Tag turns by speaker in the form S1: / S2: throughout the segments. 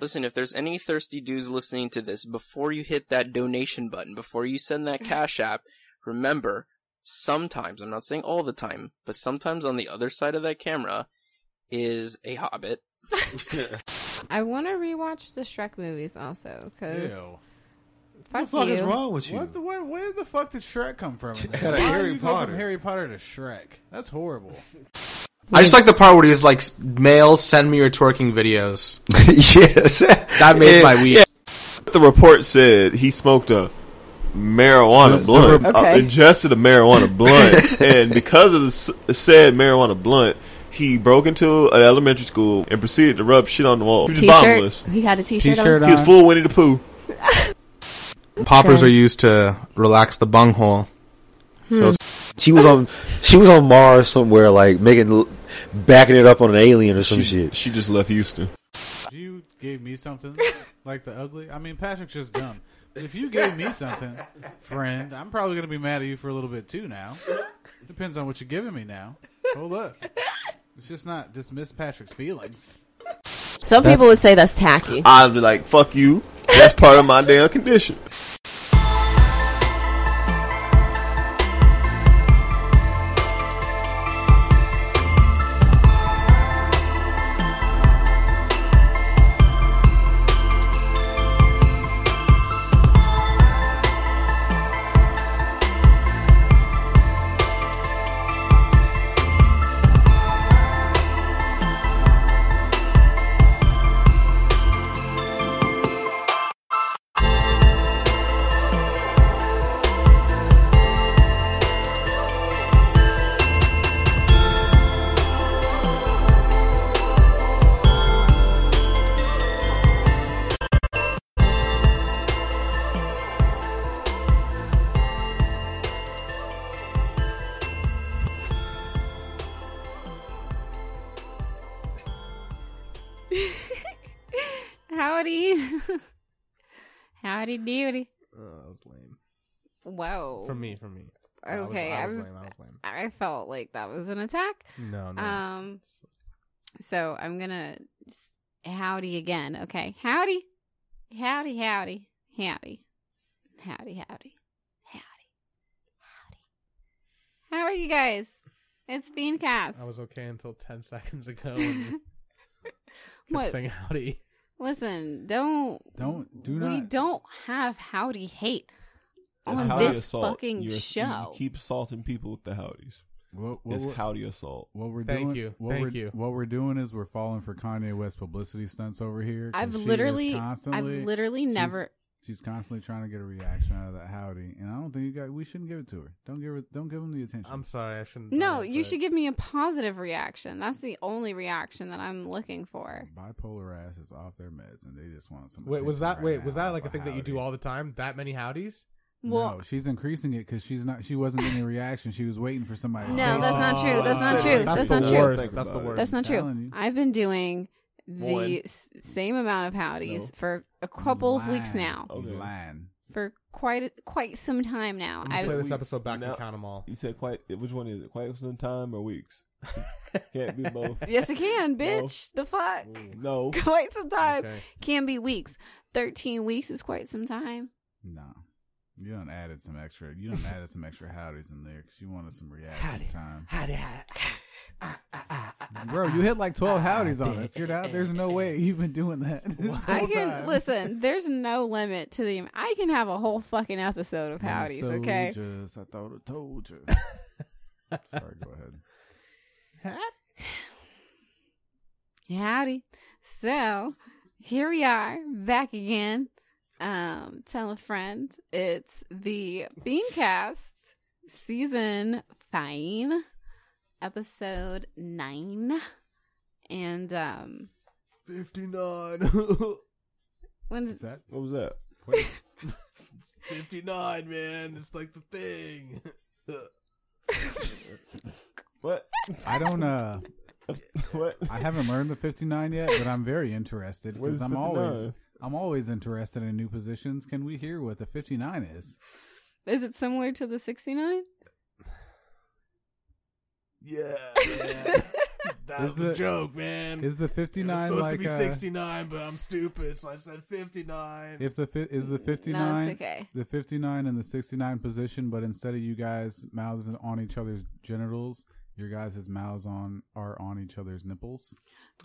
S1: Listen, if there's any thirsty dudes listening to this, before you hit that donation button, before you send that cash app, remember, sometimes, I'm not saying all the time, but sometimes on the other side of that camera is a hobbit.
S2: I want to rewatch the Shrek movies also because
S3: Ew.
S2: fuck
S4: What the fuck
S2: you.
S4: is wrong with you?
S3: What the what, where the fuck did Shrek come from? in there?
S4: Out of
S3: Why
S4: Harry
S3: you go
S4: Potter.
S3: From Harry Potter to Shrek. That's horrible.
S5: I just like the part where he was like, "Male, send me your twerking videos."
S6: yes.
S5: That made my week.
S6: The report said he smoked a marijuana blunt, uh,
S7: Okay.
S6: ingested a marijuana blunt, and because of the s- said marijuana blunt, he broke into an elementary school and proceeded to rub shit on the wall. He was just
S2: T-shirt.
S6: bottomless.
S2: He had a T-shirt.
S3: T-shirt
S2: on.
S6: He was full Winnie the Pooh.
S5: Poppers
S2: Okay.
S5: are used to relax the bunghole.
S6: She was on.
S4: She was on Mars somewhere, like making, backing it up on an alien or some
S6: She,
S4: shit.
S6: she just left Houston.
S3: If you gave me something like the ugly, I mean Patrick's just dumb. But if you gave me something, friend, I'm probably gonna be mad at you for a little bit too. Now depends on what you're giving me. Now hold up, it's just not dismiss Patrick's feelings.
S7: Some people would say that's tacky.
S6: I'd be like, "Fuck you." That's part of my damn condition.
S2: Howdy. Howdy doody.
S5: Oh, that was lame.
S2: Whoa.
S5: For me, for me.
S2: Okay, I
S5: I
S2: was,
S5: was,
S2: I,
S5: lame. I was lame.
S2: felt like that was an attack.
S5: No, no.
S2: Um, so I'm gonna s- howdy again. Okay, howdy, howdy, howdy, howdy, howdy, howdy, howdy, howdy. How are you guys? It's Beancast.
S8: I was okay until ten seconds ago. And kept
S2: What?
S8: saying howdy.
S2: Listen, don't
S3: Don't do
S2: we
S3: not.
S2: don't have howdy hate
S6: That's
S2: on
S6: howdy
S2: this
S6: assault.
S2: fucking
S6: You're- you
S2: show.
S6: keep assaulting people with the howdies.
S3: What, what,
S6: It's
S3: what,
S6: howdy assault.
S3: what we're
S8: Thank
S3: doing?
S8: you,
S3: What
S8: thank
S3: we're,
S8: you.
S3: What we're doing is we're falling for Kanye West publicity stunts over here. 'cause
S2: I've
S3: she is
S2: literally, I've
S3: constantly-
S2: literally
S3: she's-
S2: never.
S3: She's constantly trying to get a reaction out of that howdy, and I don't think you got. We shouldn't give it to her. Don't give her. Don't give him the attention.
S8: I'm sorry. I shouldn't.
S2: No,
S8: have,
S2: you
S8: but
S2: should give me a positive reaction. That's the only reaction that I'm looking for.
S3: Bipolar ass is off their meds, and they just want some.
S8: Wait, was
S3: attention
S8: that
S3: right
S8: wait? Was
S3: now
S8: that like a
S3: off
S8: thing
S3: of
S8: that you do
S3: howdy.
S8: all the time? That many howdies?
S2: Well,
S3: no, she's increasing it because she's not. She wasn't getting a reaction. She was waiting for somebody. to
S2: No,
S3: say
S2: that's
S3: something.
S2: not true. That's not
S8: Oh,
S2: true.
S8: That's,
S2: That's
S8: the
S2: not true.
S8: worst.
S6: Think
S8: That's the
S6: about it.
S8: worst.
S2: that's not
S3: telling
S2: true.
S3: you.
S2: I've been doing
S1: One.
S2: the s- same amount of howdies
S6: No.
S2: for a couple of weeks
S3: Lying.
S2: now,
S6: Oh. Okay.
S3: Lying.
S2: for quite a, quite some time now.
S8: I'm gonna play
S2: I've,
S8: this episode back
S6: Now-
S8: and count them all.
S6: You said quite. Which one is it? Quite some time or weeks? Can't be both.
S2: yes, I can,
S6: No.
S2: bitch. The fuck,
S6: No.
S2: quite some time
S8: Okay.
S2: can be weeks. Thirteen weeks is quite some time.
S3: No. You done added some extra. You done added some extra howdies in there because you wanted some reaction time. Bro, you hit like twelve howdies on us. You're not. There's no way you've been doing that. this
S2: I
S3: whole
S2: can
S3: time.
S2: listen. There's no limit to the. I can have a whole fucking episode of
S3: I'm
S2: howdies.
S3: so
S2: okay.
S3: jealous, I thought I told you. Sorry, go ahead.
S2: Howdy. So here we are back again. Um, tell a friend. It's the Beancast season five, episode nine. And um
S5: Fifty nine.
S2: when
S3: Is that
S6: What was that?
S3: wait,
S5: 59, man. It's like the thing.
S6: What?
S3: I don't uh
S6: what?
S3: I haven't learned the 59 yet, but I'm very interested
S6: What
S3: because
S6: is
S3: I'm always
S6: 59?
S3: I'm always interested in new positions. Can we hear what the 59 is?
S2: is it similar to the sixty nine?
S5: Yeah.
S9: That
S3: Is
S9: was the
S3: the-
S9: joke, man.
S3: Is the
S9: It was
S3: 59
S9: supposed
S3: like
S9: to be
S3: uh,
S9: 69, but I'm stupid, so I said 59.
S3: If the fi- is the 59
S2: No, it's okay.
S3: the 59 and the 69 position, but instead of you guys mouths on each other's genitals, your guys' mouths on are on each other's nipples.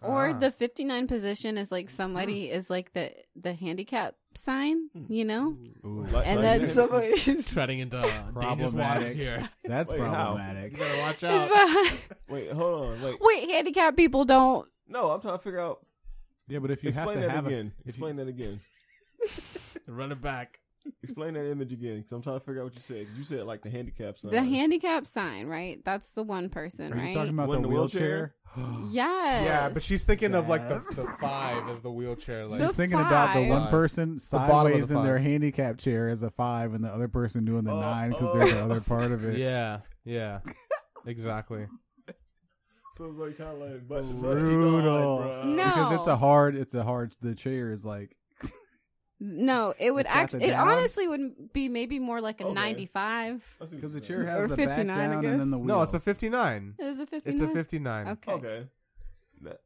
S2: Or
S9: Ah.
S2: the 59 position is like
S3: Hmm.
S2: somebody is like the the handicap sign, you know?
S3: Ooh,
S6: Like-
S2: And
S6: like
S2: then
S6: that.
S2: somebody is
S9: treading into uh, dangerous waters
S3: Problematic.
S9: here.
S3: that's
S6: Wait, how?
S3: problematic.
S9: You better watch out.
S2: behind.
S6: Wait, hold on. Wait,
S2: Wait, handicap people don't.
S6: no, I'm trying to figure out.
S3: Yeah, but if you
S6: explain
S3: have to
S6: that
S3: have a-
S6: again.
S3: if you-
S6: explain that again.
S9: Run it back.
S6: Explain that image again, because I'm trying to figure out what you said. 'Cause You said like the handicap sign.
S2: The handicap sign, right? That's the one person,
S3: Uh. are
S2: right?
S3: you talking about
S6: When
S3: the
S6: the
S3: wheelchair?
S6: wheelchair?
S2: yes.
S9: Yeah, but she's thinking of like the, the five as the wheelchair. Like,
S2: The
S3: She's thinking about the
S2: five.
S3: one
S9: Five.
S3: person
S9: bottom of the
S3: sideways in their
S9: five.
S3: handicap chair as a five, and the other person doing the
S6: Oh,
S3: nine because
S6: oh.
S3: they're the other part of it.
S9: yeah, yeah, exactly.
S6: So it's like kind of like but
S3: Brutal.
S2: No.
S3: Because it's a hard, it's a hard. The chair is like
S2: No, it would
S3: It's got
S2: actually.
S3: the
S2: It
S3: down?
S2: honestly would be maybe more like a
S6: Okay.
S2: 95.
S3: because the chair
S2: Or
S3: has the back
S2: 59, I
S3: down
S2: guess.
S3: and then the wheels.
S9: No, it's a fifty-nine.
S2: It was a 59.
S9: It's a fifty-nine.
S2: Okay.
S6: Okay. That-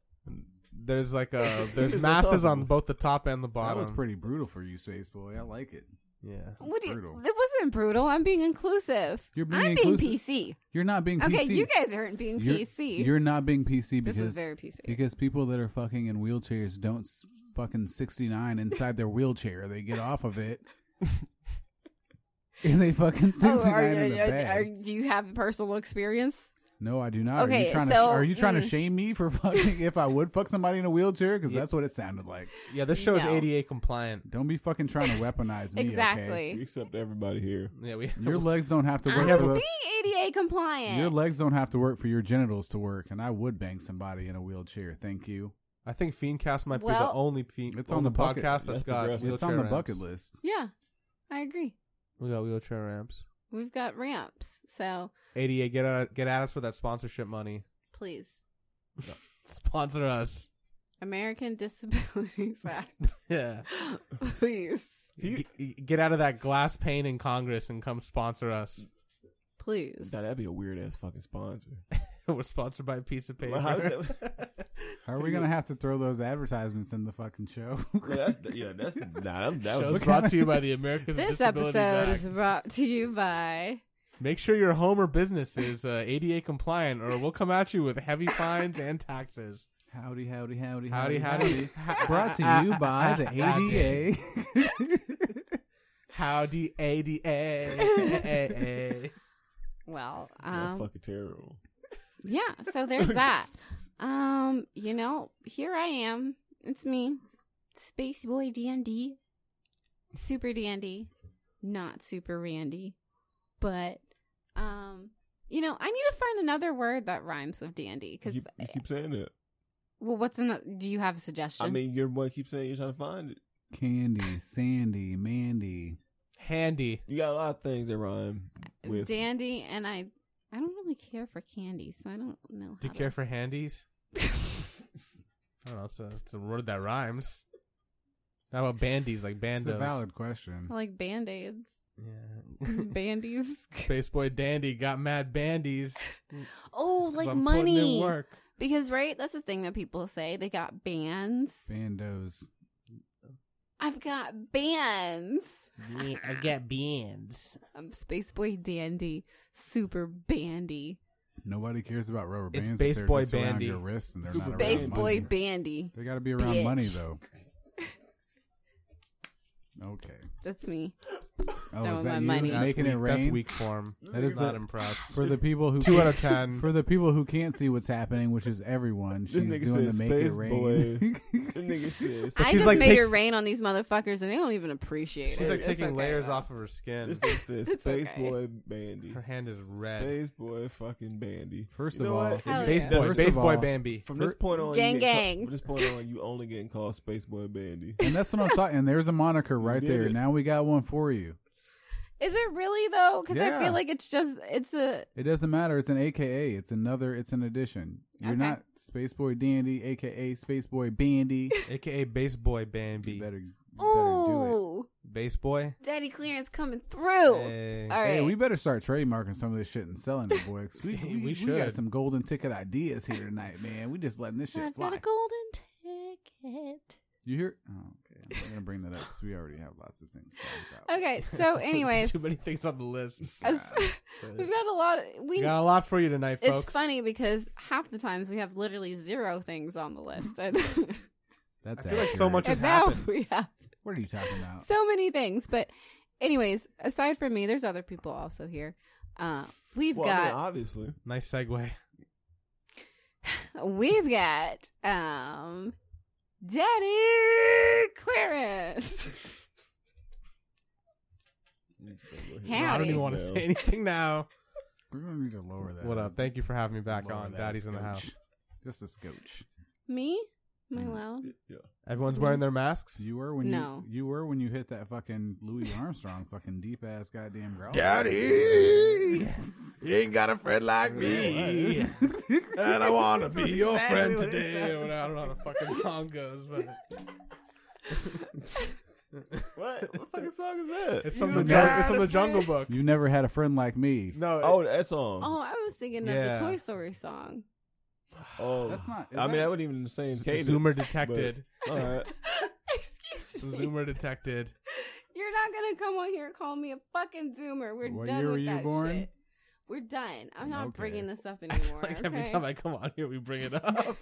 S9: There's like a
S6: This
S9: there's
S6: is
S9: masses on
S6: impossible.
S9: both the top and the bottom.
S3: That was pretty brutal for you, Space Boy. I like it.
S9: Yeah.
S2: What do you,
S3: Brutal.
S2: it wasn't brutal. I'm being inclusive.
S3: You're being
S2: I'm being
S3: inclusive.
S2: PC.
S3: You're not being
S2: Okay,
S3: PC.
S2: you guys aren't being
S3: you're,
S2: PC.
S3: You're not being PC
S2: this
S3: because
S2: is very PC.
S3: because people that are fucking in wheelchairs don't s- fucking 69 inside their wheelchair. They get off of it. and they fucking 69
S2: oh, are,
S3: in the
S2: are-
S3: bed.
S2: are- do you have personal experience?
S3: no, I do not. are
S2: Okay,
S3: you trying to
S2: so-
S3: are you trying to
S2: mm.
S3: shame me for fucking if I would fuck somebody in a wheelchair cuz that's what it sounded like.
S9: Yeah, this show is
S2: No.
S9: ADA compliant.
S3: Don't be fucking trying to weaponize me, okay?
S2: exactly.
S6: We accept everybody here.
S9: Yeah, we
S3: Your legs don't have to
S2: I
S3: work
S2: was
S3: for the-
S2: being ADA compliant.
S3: Your legs don't have to work for your genitals to work, and I would bang somebody in a wheelchair. Thank you.
S9: I think Fiendcast might be
S2: Well-
S9: the only Fiend.
S3: It's
S9: only
S3: on the bucket.
S9: podcast
S6: That's
S9: that's got
S6: progressive.
S9: wheelchair
S3: It's on the
S9: ramps.
S3: bucket list.
S2: yeah, I agree.
S9: We got wheelchair ramps.
S2: We've got ramps, so
S9: ADA, get at, get at us for that sponsorship money.
S2: please,
S9: Sponsor us.
S2: American Disabilities Act,
S9: Yeah.
S2: please,
S9: G- g- get out of that glass pane in Congress and come sponsor us.
S2: please.
S6: Now, that'd be a weird ass fucking sponsor.
S9: We're sponsored by a piece of paper.
S6: Well, how does
S3: How are we gonna have to throw those advertisements in the fucking show?
S6: Yeah, that's, yeah, that's nah, that, that
S9: Show's
S6: was
S9: brought to you by the Americans with
S2: This
S9: Disabilities
S2: episode is
S9: Act.
S2: brought to you by.
S9: Make sure your home or business is uh, ADA compliant, or we'll come at you with heavy fines and taxes.
S3: howdy, howdy, howdy,
S9: Howdy, howdy.
S3: Brought to you by the ADA.
S9: Howdy, ADA.
S2: Well,
S6: yeah,
S2: um,
S6: fucking terrible.
S2: yeah. So there's that. Um, you know, here I am. It's me, Space Boy D, Super Dandy, not Super Randy, but um, you know, I need to find another word that rhymes with dandy
S6: You
S2: because
S6: keep, you keep saying that.
S2: well, what's another? Do you have a suggestion?
S6: I mean, you're the one keep saying you're trying to find it.
S3: Candy, Sandy, Mandy.
S9: Handy.
S6: You got a lot of things that rhyme with.
S2: dandy, and I, I don't really care for candy, so I don't know.
S9: Do you
S2: how
S9: care
S2: to-
S9: for handies? I don't know. It's a, it's a word that rhymes. How about bandies, like bandos?
S3: It's a valid question.
S2: I like band aids,
S9: Yeah.
S2: bandies.
S9: Spaceboy Dandy got mad bandies.
S2: oh,
S9: 'cause
S2: like
S9: I'm putting in
S2: money.
S9: work.
S2: Because right, that's the thing that people say. They got bands.
S3: Bandos.
S2: I've got bands.
S9: I got bands.
S2: I'm Space Boy Dandy, Super Bandy,
S3: Nobody cares about rubber
S9: It's
S3: bands. if
S9: Base
S3: they're
S9: Boy
S3: just around
S9: Bandy.
S3: Your wrist and they're
S6: Super
S3: not
S6: Base
S2: Space
S3: around
S2: Boy
S3: money.
S2: Bandy.
S3: They got to be around
S2: Bitch.
S3: money though. Okay.
S2: That's me.
S3: Oh,
S2: That
S3: is
S2: was
S3: that
S2: my
S3: you
S2: money. That's
S3: making it
S9: weak,
S3: rain?
S9: That's weak form.
S3: That is
S9: not
S3: the-
S9: impressed.
S3: For the people who
S9: Two out of ten.
S3: For the people who can't see what's happening, which is everyone,
S6: This
S3: she's
S6: nigga
S3: doing the
S6: said
S3: make it
S6: Space
S3: rain.
S6: this nigga said
S2: I
S9: she's
S2: just
S9: like
S2: made
S9: take-
S2: it rain on these motherfuckers, and they don't even appreciate it.
S9: She's like
S2: It's
S9: taking
S2: okay,
S9: layers
S2: though.
S9: off of her skin.
S6: This nigga said
S2: It's
S6: Space
S2: okay.
S6: Boy Bandy.
S9: Her hand is red.
S6: Space Boy fucking Bandy.
S3: First
S6: You
S3: of
S6: know
S3: all,
S6: what?
S2: Hell yeah.
S9: Space boy,
S3: First
S9: space
S3: of
S9: boy
S3: all-
S9: Bambi.
S6: From this point on,
S2: Gang,
S6: you get ca-
S2: gang.
S6: from this point on, you only getting called Space Boy Bandy.
S3: and that's what I'm talking. And there's a moniker right
S6: did
S3: there.
S6: it.
S3: Now we got one for you.
S2: Is it really though? Because I
S3: Yeah.
S2: feel like it's just it's a
S3: It doesn't matter. It's an AKA. It's another. It's an addition. You're
S2: Okay.
S3: not Space Boy Dandy, AKA Space Boy Bandy.
S9: AKA Base Boy
S3: you
S9: Bambi.
S3: better do
S2: Ooh,
S9: Base boy.
S2: Daddy Clearance coming through.
S9: Hey.
S2: Oh, All right.
S3: Hey, we better start trademarking some of this shit and selling it, boy. 'cause we,
S9: Hey,
S3: we,
S9: we
S3: we
S9: should.
S3: got some golden ticket ideas here tonight, man. We just letting this shit
S2: I've
S3: fly.
S2: got a golden ticket.
S3: You hear? Oh, okay. I'm gonna bring that up because we already have lots of things. to talk about.
S2: Okay, so anyways,
S9: Too many things on the list.
S2: as- we've got a lot. Of,
S9: We
S2: we
S9: got a lot for you tonight,
S2: it's
S9: folks.
S2: funny because half the times we have literally zero things on the list, and,
S3: That's
S9: I feel like so
S3: accurate.
S9: much
S2: and
S9: has
S2: now
S9: happened.
S2: we have
S3: What are you talking about?
S2: so many things. But anyways, aside from me, there's other people also here. Uh, we've
S6: Well, I mean,
S2: got
S6: obviously.
S9: Nice segue.
S2: we've got um, Daddy Clarence.
S9: No, I don't
S2: Howdy.
S9: even want to say anything now.
S3: We're gonna need to lower that.
S9: What up? Thank you for having me back
S3: Lower
S9: on.
S3: that
S9: Daddy's in the house.
S3: scooch. Just a scooch.
S2: Me? Am I loud?
S6: Mm.
S9: Everyone's wearing their masks.
S3: You were when
S2: No.
S3: you you were when you hit that fucking Louis Armstrong fucking deep ass goddamn growl.
S6: Daddy, you ain't got a friend like me. and I want to be your friend today.
S9: I don't know how the fucking song goes, but
S6: What?
S10: What fucking song is that?
S9: it's from the jung- it's from the Jungle Book.
S3: You never had a friend like me.
S9: No,
S6: Oh, that song.
S2: Oh, I was thinking
S9: Yeah.
S2: of the Toy Story song.
S6: Oh,
S3: That's not- is
S6: I mean,
S3: that-
S6: that wasn't even the same. Cadence,
S9: Zoomer detected.
S6: but- all right.
S2: Excuse me.
S9: Zoomer detected.
S2: You're not gonna come on here and call me a fucking zoomer. We're
S3: What
S2: done
S3: year
S2: with
S3: were you
S2: that
S3: born?
S2: shit. We're done. I'm not
S3: Okay.
S2: bringing this up
S9: I feel
S2: anymore.
S9: like every
S2: okay?
S9: time I come on here, we bring it up.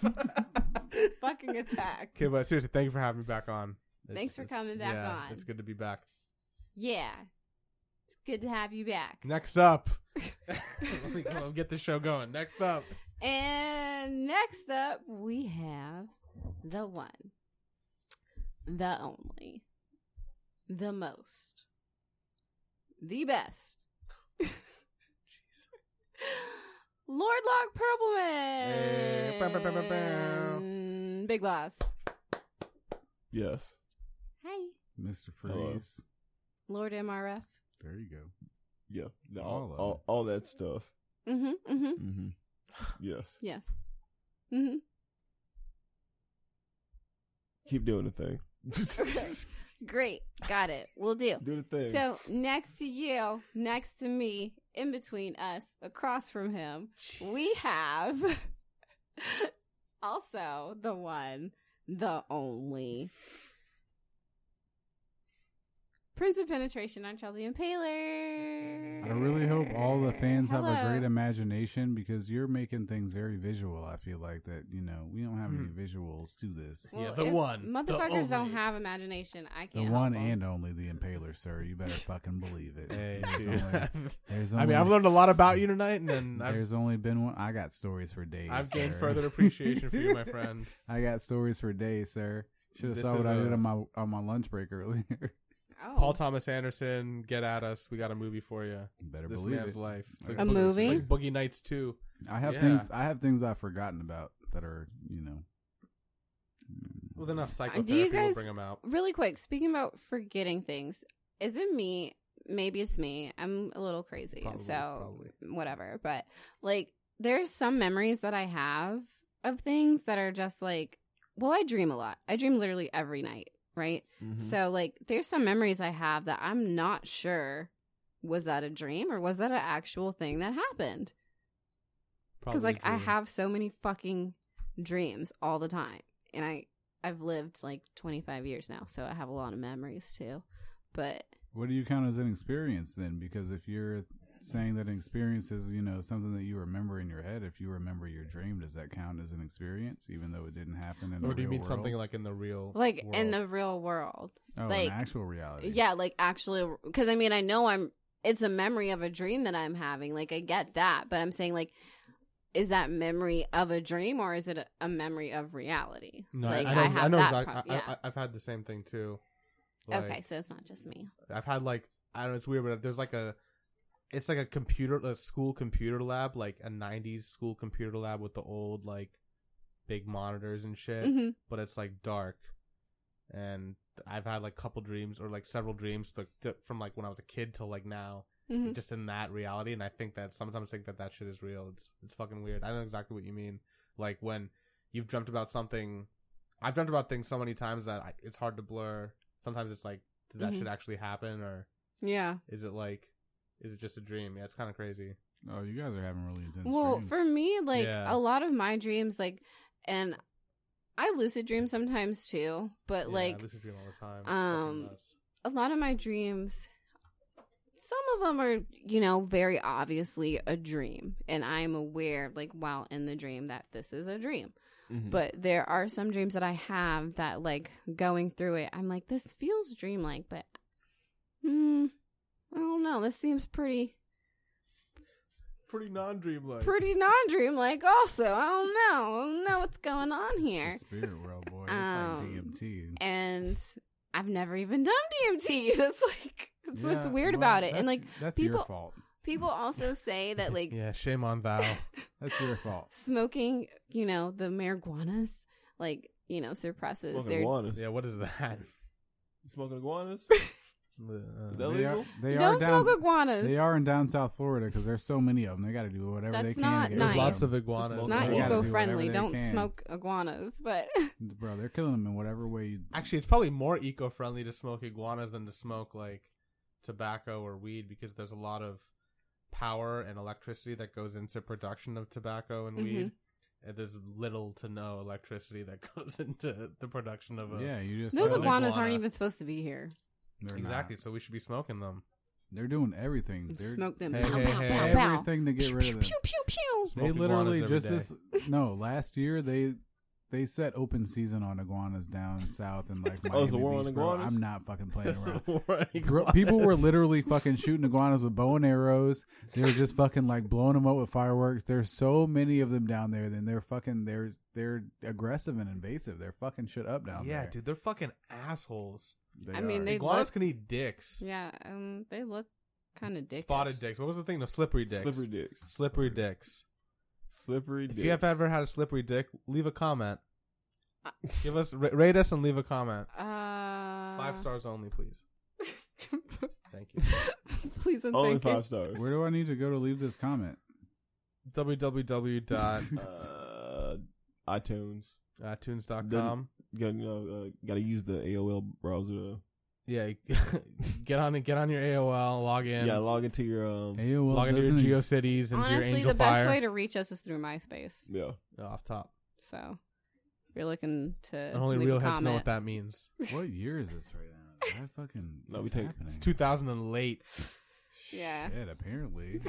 S2: fucking attack.
S9: okay, but seriously, thank you for having me back on.
S2: Thanks for coming back
S9: yeah,
S2: on.
S9: It's good to be back.
S2: Yeah, it's good to have you back.
S9: Next up, Let me go get the show going. Next up,
S2: And next up, we have the one, the only, the most, the best. Lord Lock
S9: Hey, bow, bow, bow, bow, bow.
S2: Perlman. Big Boss.
S6: Yes.
S2: Hi.
S3: Mr. Freeze.
S6: Hello.
S2: Lord MRF.
S3: There you go.
S6: Yeah. No,
S3: All
S6: all,
S3: of
S6: all,
S3: it.
S6: all that stuff.
S2: Mm-hmm. Mm-hmm.
S6: Mm-hmm. Yes.
S2: Yes. Mm-hmm.
S6: Keep doing the thing.
S2: Great. Got it. We'll do.
S6: Do the thing.
S2: So next to you, next to me, in between us, across from him, we have also the one, the only Prince of Penetration. I'm Charlie Impaler.
S3: I really hope all the fans have a
S2: Hello.
S3: great imagination because you're making things very visual. I feel like that, you know, we don't have any
S9: Hmm.
S3: visuals to this.
S9: Yeah, the one, the
S2: Motherfuckers don't
S9: only.
S2: have imagination. I
S3: The
S2: can't.
S3: one
S2: help 'em.
S3: and only the impaler, sir. You better fucking believe it.
S9: Hey,
S3: there's
S9: dude.
S3: only, there's
S9: I mean,
S3: only-
S9: I've learned a lot about you tonight, and then I've,
S3: There's only been one. I got stories for days.
S9: I've gained
S3: sir.
S9: further appreciation for you, my friend.
S3: I got stories for days, sir. Should have
S9: This
S3: saw what
S9: is
S3: I
S9: a-
S3: did on my on my lunch break earlier.
S2: Oh.
S9: Paul Thomas Anderson, get at us. We got a movie for you.
S3: better
S9: this
S3: believe
S9: man's
S3: it.
S9: life. It's like
S2: A
S9: Boogie- it's
S2: movie?
S9: like Boogie Nights Two.
S3: I have
S9: Yeah.
S3: things. I have things I've forgotten about that are you know.
S9: With enough psychotherapy,
S2: do you
S9: we'll
S2: guys-
S9: bring him out.
S2: really quick speaking about forgetting things is it me maybe it's me i'm a little crazy
S9: Probably,
S2: so
S9: probably.
S2: whatever but like there's some memories that i have of things that are just like well i dream a lot i dream literally every night right
S9: Mm-hmm.
S2: so like there's some memories i have that i'm not sure was that a dream or was that an actual thing that happened because like I
S9: Probably.
S2: have so many fucking dreams all the time, and I I've lived like 25 years now, so I have a lot of memories too. But
S3: What do you count as an experience then? Because if you're saying that an experience is you know something that you remember in your head, if you remember your dream, does that count as an experience, even though it didn't happen in?
S9: Or
S3: the
S9: do you
S3: real
S9: mean
S3: world?
S9: something like in the real,
S2: like in
S9: world?
S2: the real world,
S3: oh,
S2: like-
S3: an actual reality?
S2: yeah, like actually, because I mean I know I'm it's a memory of a dream that I'm having. Like I get that, but I'm saying like. Is that memory of a dream or is it a, a memory of reality?
S9: No,
S2: like
S9: I, I know. I know.
S2: that
S9: exact-
S2: pro-
S9: I,
S2: yeah.
S9: I, have had the same thing too.
S2: okay,
S9: Like,
S2: so it's not just me.
S9: I've had like I don't know. It's weird, but there's like a, it's like a computer, a school computer lab, like a '90s school computer lab with the old like big monitors and shit.
S2: hmm
S9: But it's like dark, and I've had like couple dreams or like several dreams like th- from like when I was a kid till like now,
S2: hmm
S9: just in that reality. And I think that sometimes think that that shit is real. It's it's fucking weird. I know exactly what you mean. Like when you've dreamt about something, I've dreamt about things so many times that I, it's hard to blur sometimes it's like, did that
S2: Mhm.
S9: shit actually happen, or
S2: Yeah.
S9: is it like, is it just a dream? Yeah, it's kind of crazy.
S3: Oh, you guys are having really intense.
S2: Well,
S3: dreams.
S2: for me, like
S9: Yeah.
S2: a lot of my dreams, like, and I lucid dream sometimes too, but
S9: Yeah,
S2: like
S9: I lucid dream all the time. It's
S2: um,
S9: fucking nuts.
S2: a lot of my dreams, some of them are, you know, very obviously a dream. And I'm aware, like, while in the dream, that this is a dream.
S8: Mm-hmm.
S9: Hmm.
S2: But there are some dreams that I have that, like, going through it, I'm like, this feels dreamlike, but, hmm, I don't know. This seems pretty,
S9: pretty non-dreamlike.
S2: pretty non dreamlike, also. I don't know. I don't know what's going on here.
S3: The spirit world, boy. It's
S2: Um,
S3: like DMT.
S2: And I've never even done DMT. That's like, that's what's
S3: Yeah,
S2: weird
S3: well,
S2: about it. And,
S3: that's-
S2: like,
S3: that's
S2: people-
S3: your fault.
S2: people also say that, like,
S9: yeah, shame on Val.
S3: That's your fault.
S2: smoking, you know, the marijuanas, like, you know, suppresses
S6: Smoking
S2: their.
S6: iguanas.
S9: yeah, Uh, what is that?
S6: Smoking iguanas? Is
S9: Uh,
S6: that
S3: They are,
S6: legal?
S3: they are
S2: Don't
S3: down.
S2: smoke iguanas.
S3: They are in down South Florida because there's so many of them. They got to do whatever
S2: That's
S3: they can.
S2: not
S3: to get
S2: nice.
S3: rid
S9: There's
S3: of
S9: lots
S3: them.
S9: of iguanas.
S2: It's
S3: They
S2: not
S3: gotta do whatever
S2: eco friendly.
S3: they
S2: Don't
S3: can.
S2: smoke iguanas, but
S3: Bro, they're killing them in whatever way you
S9: Actually, it's probably more eco-friendly to smoke iguanas than to smoke like tobacco or weed because there's a lot of power and electricity that goes into production of tobacco and
S2: Mhm.
S9: weed. And there's little to no electricity that goes into the production of a
S3: Yeah, you just
S2: those
S9: Those
S3: they're
S2: iguanas
S9: iguana.
S2: aren't even supposed to be here.
S3: not.
S9: Exactly, so we should be smoking them.
S3: They're doing everything. They're
S2: Smoke them.
S9: Hey,
S2: pow,
S9: hey,
S2: pow,
S9: hey.
S2: pow, pow.
S3: everything to get rid of them.
S2: Pew, pew, pew.
S3: They
S9: Smoke
S3: literally
S9: iguanas every
S3: just
S9: day.
S3: this no, last year they they set open season on iguanas down south and like Miami
S6: Oh, it's the war on
S3: Beach, bro.
S6: iguanas?
S3: I'm not fucking playing around. Bro,
S9: Bro,
S3: people were literally fucking shooting iguanas with bow and arrows. They were just fucking like blowing them up with fireworks. There's so many of them down there. Then they're fucking they're they're aggressive and invasive. They're fucking shit up down
S9: Yeah,
S3: there.
S9: dude, they're fucking assholes.
S3: They
S2: I mean,
S3: are.
S2: they
S9: iguanas
S2: look-
S9: can eat dicks.
S2: Yeah, um, they look kind of dickish.
S9: Spotted dicks. What was the thing? No, slippery dicks.
S6: Slippery dicks.
S9: Slippery dicks.
S6: Slippery dicks.
S9: If you have ever had a slippery dick, leave a comment.
S2: Uh,
S9: Give us ra- rate us and leave a comment.
S2: Uh,
S9: Five stars only, please. Thank you.
S2: Please and
S6: Only
S2: thank
S6: five
S2: you.
S6: stars.
S3: where do I need to go to leave this comment?
S9: www.itunes.com.
S6: Uh, iTunes.
S9: uh,
S6: Gotta, you know, uh, gotta use the AOL browser. To,
S9: Yeah, get on get on your AOL, log in,
S6: yeah, log into your um.
S3: AOL
S9: log into your
S3: doesn't ex-
S9: GeoCities and your
S2: Honestly,
S9: Angel
S2: the best
S9: Fire.
S2: way to reach us is through MySpace.
S6: Yeah,
S9: Oh, off top.
S2: So if you're looking to
S9: And only
S2: Uh, leave
S9: real
S2: a
S9: heads know
S2: comment,
S9: what that means.
S3: What year is this right now? I fucking
S6: No, we
S3: what's
S6: take-
S3: happening?
S9: It's 2000 and late.
S2: Yeah.
S3: Shit, apparently.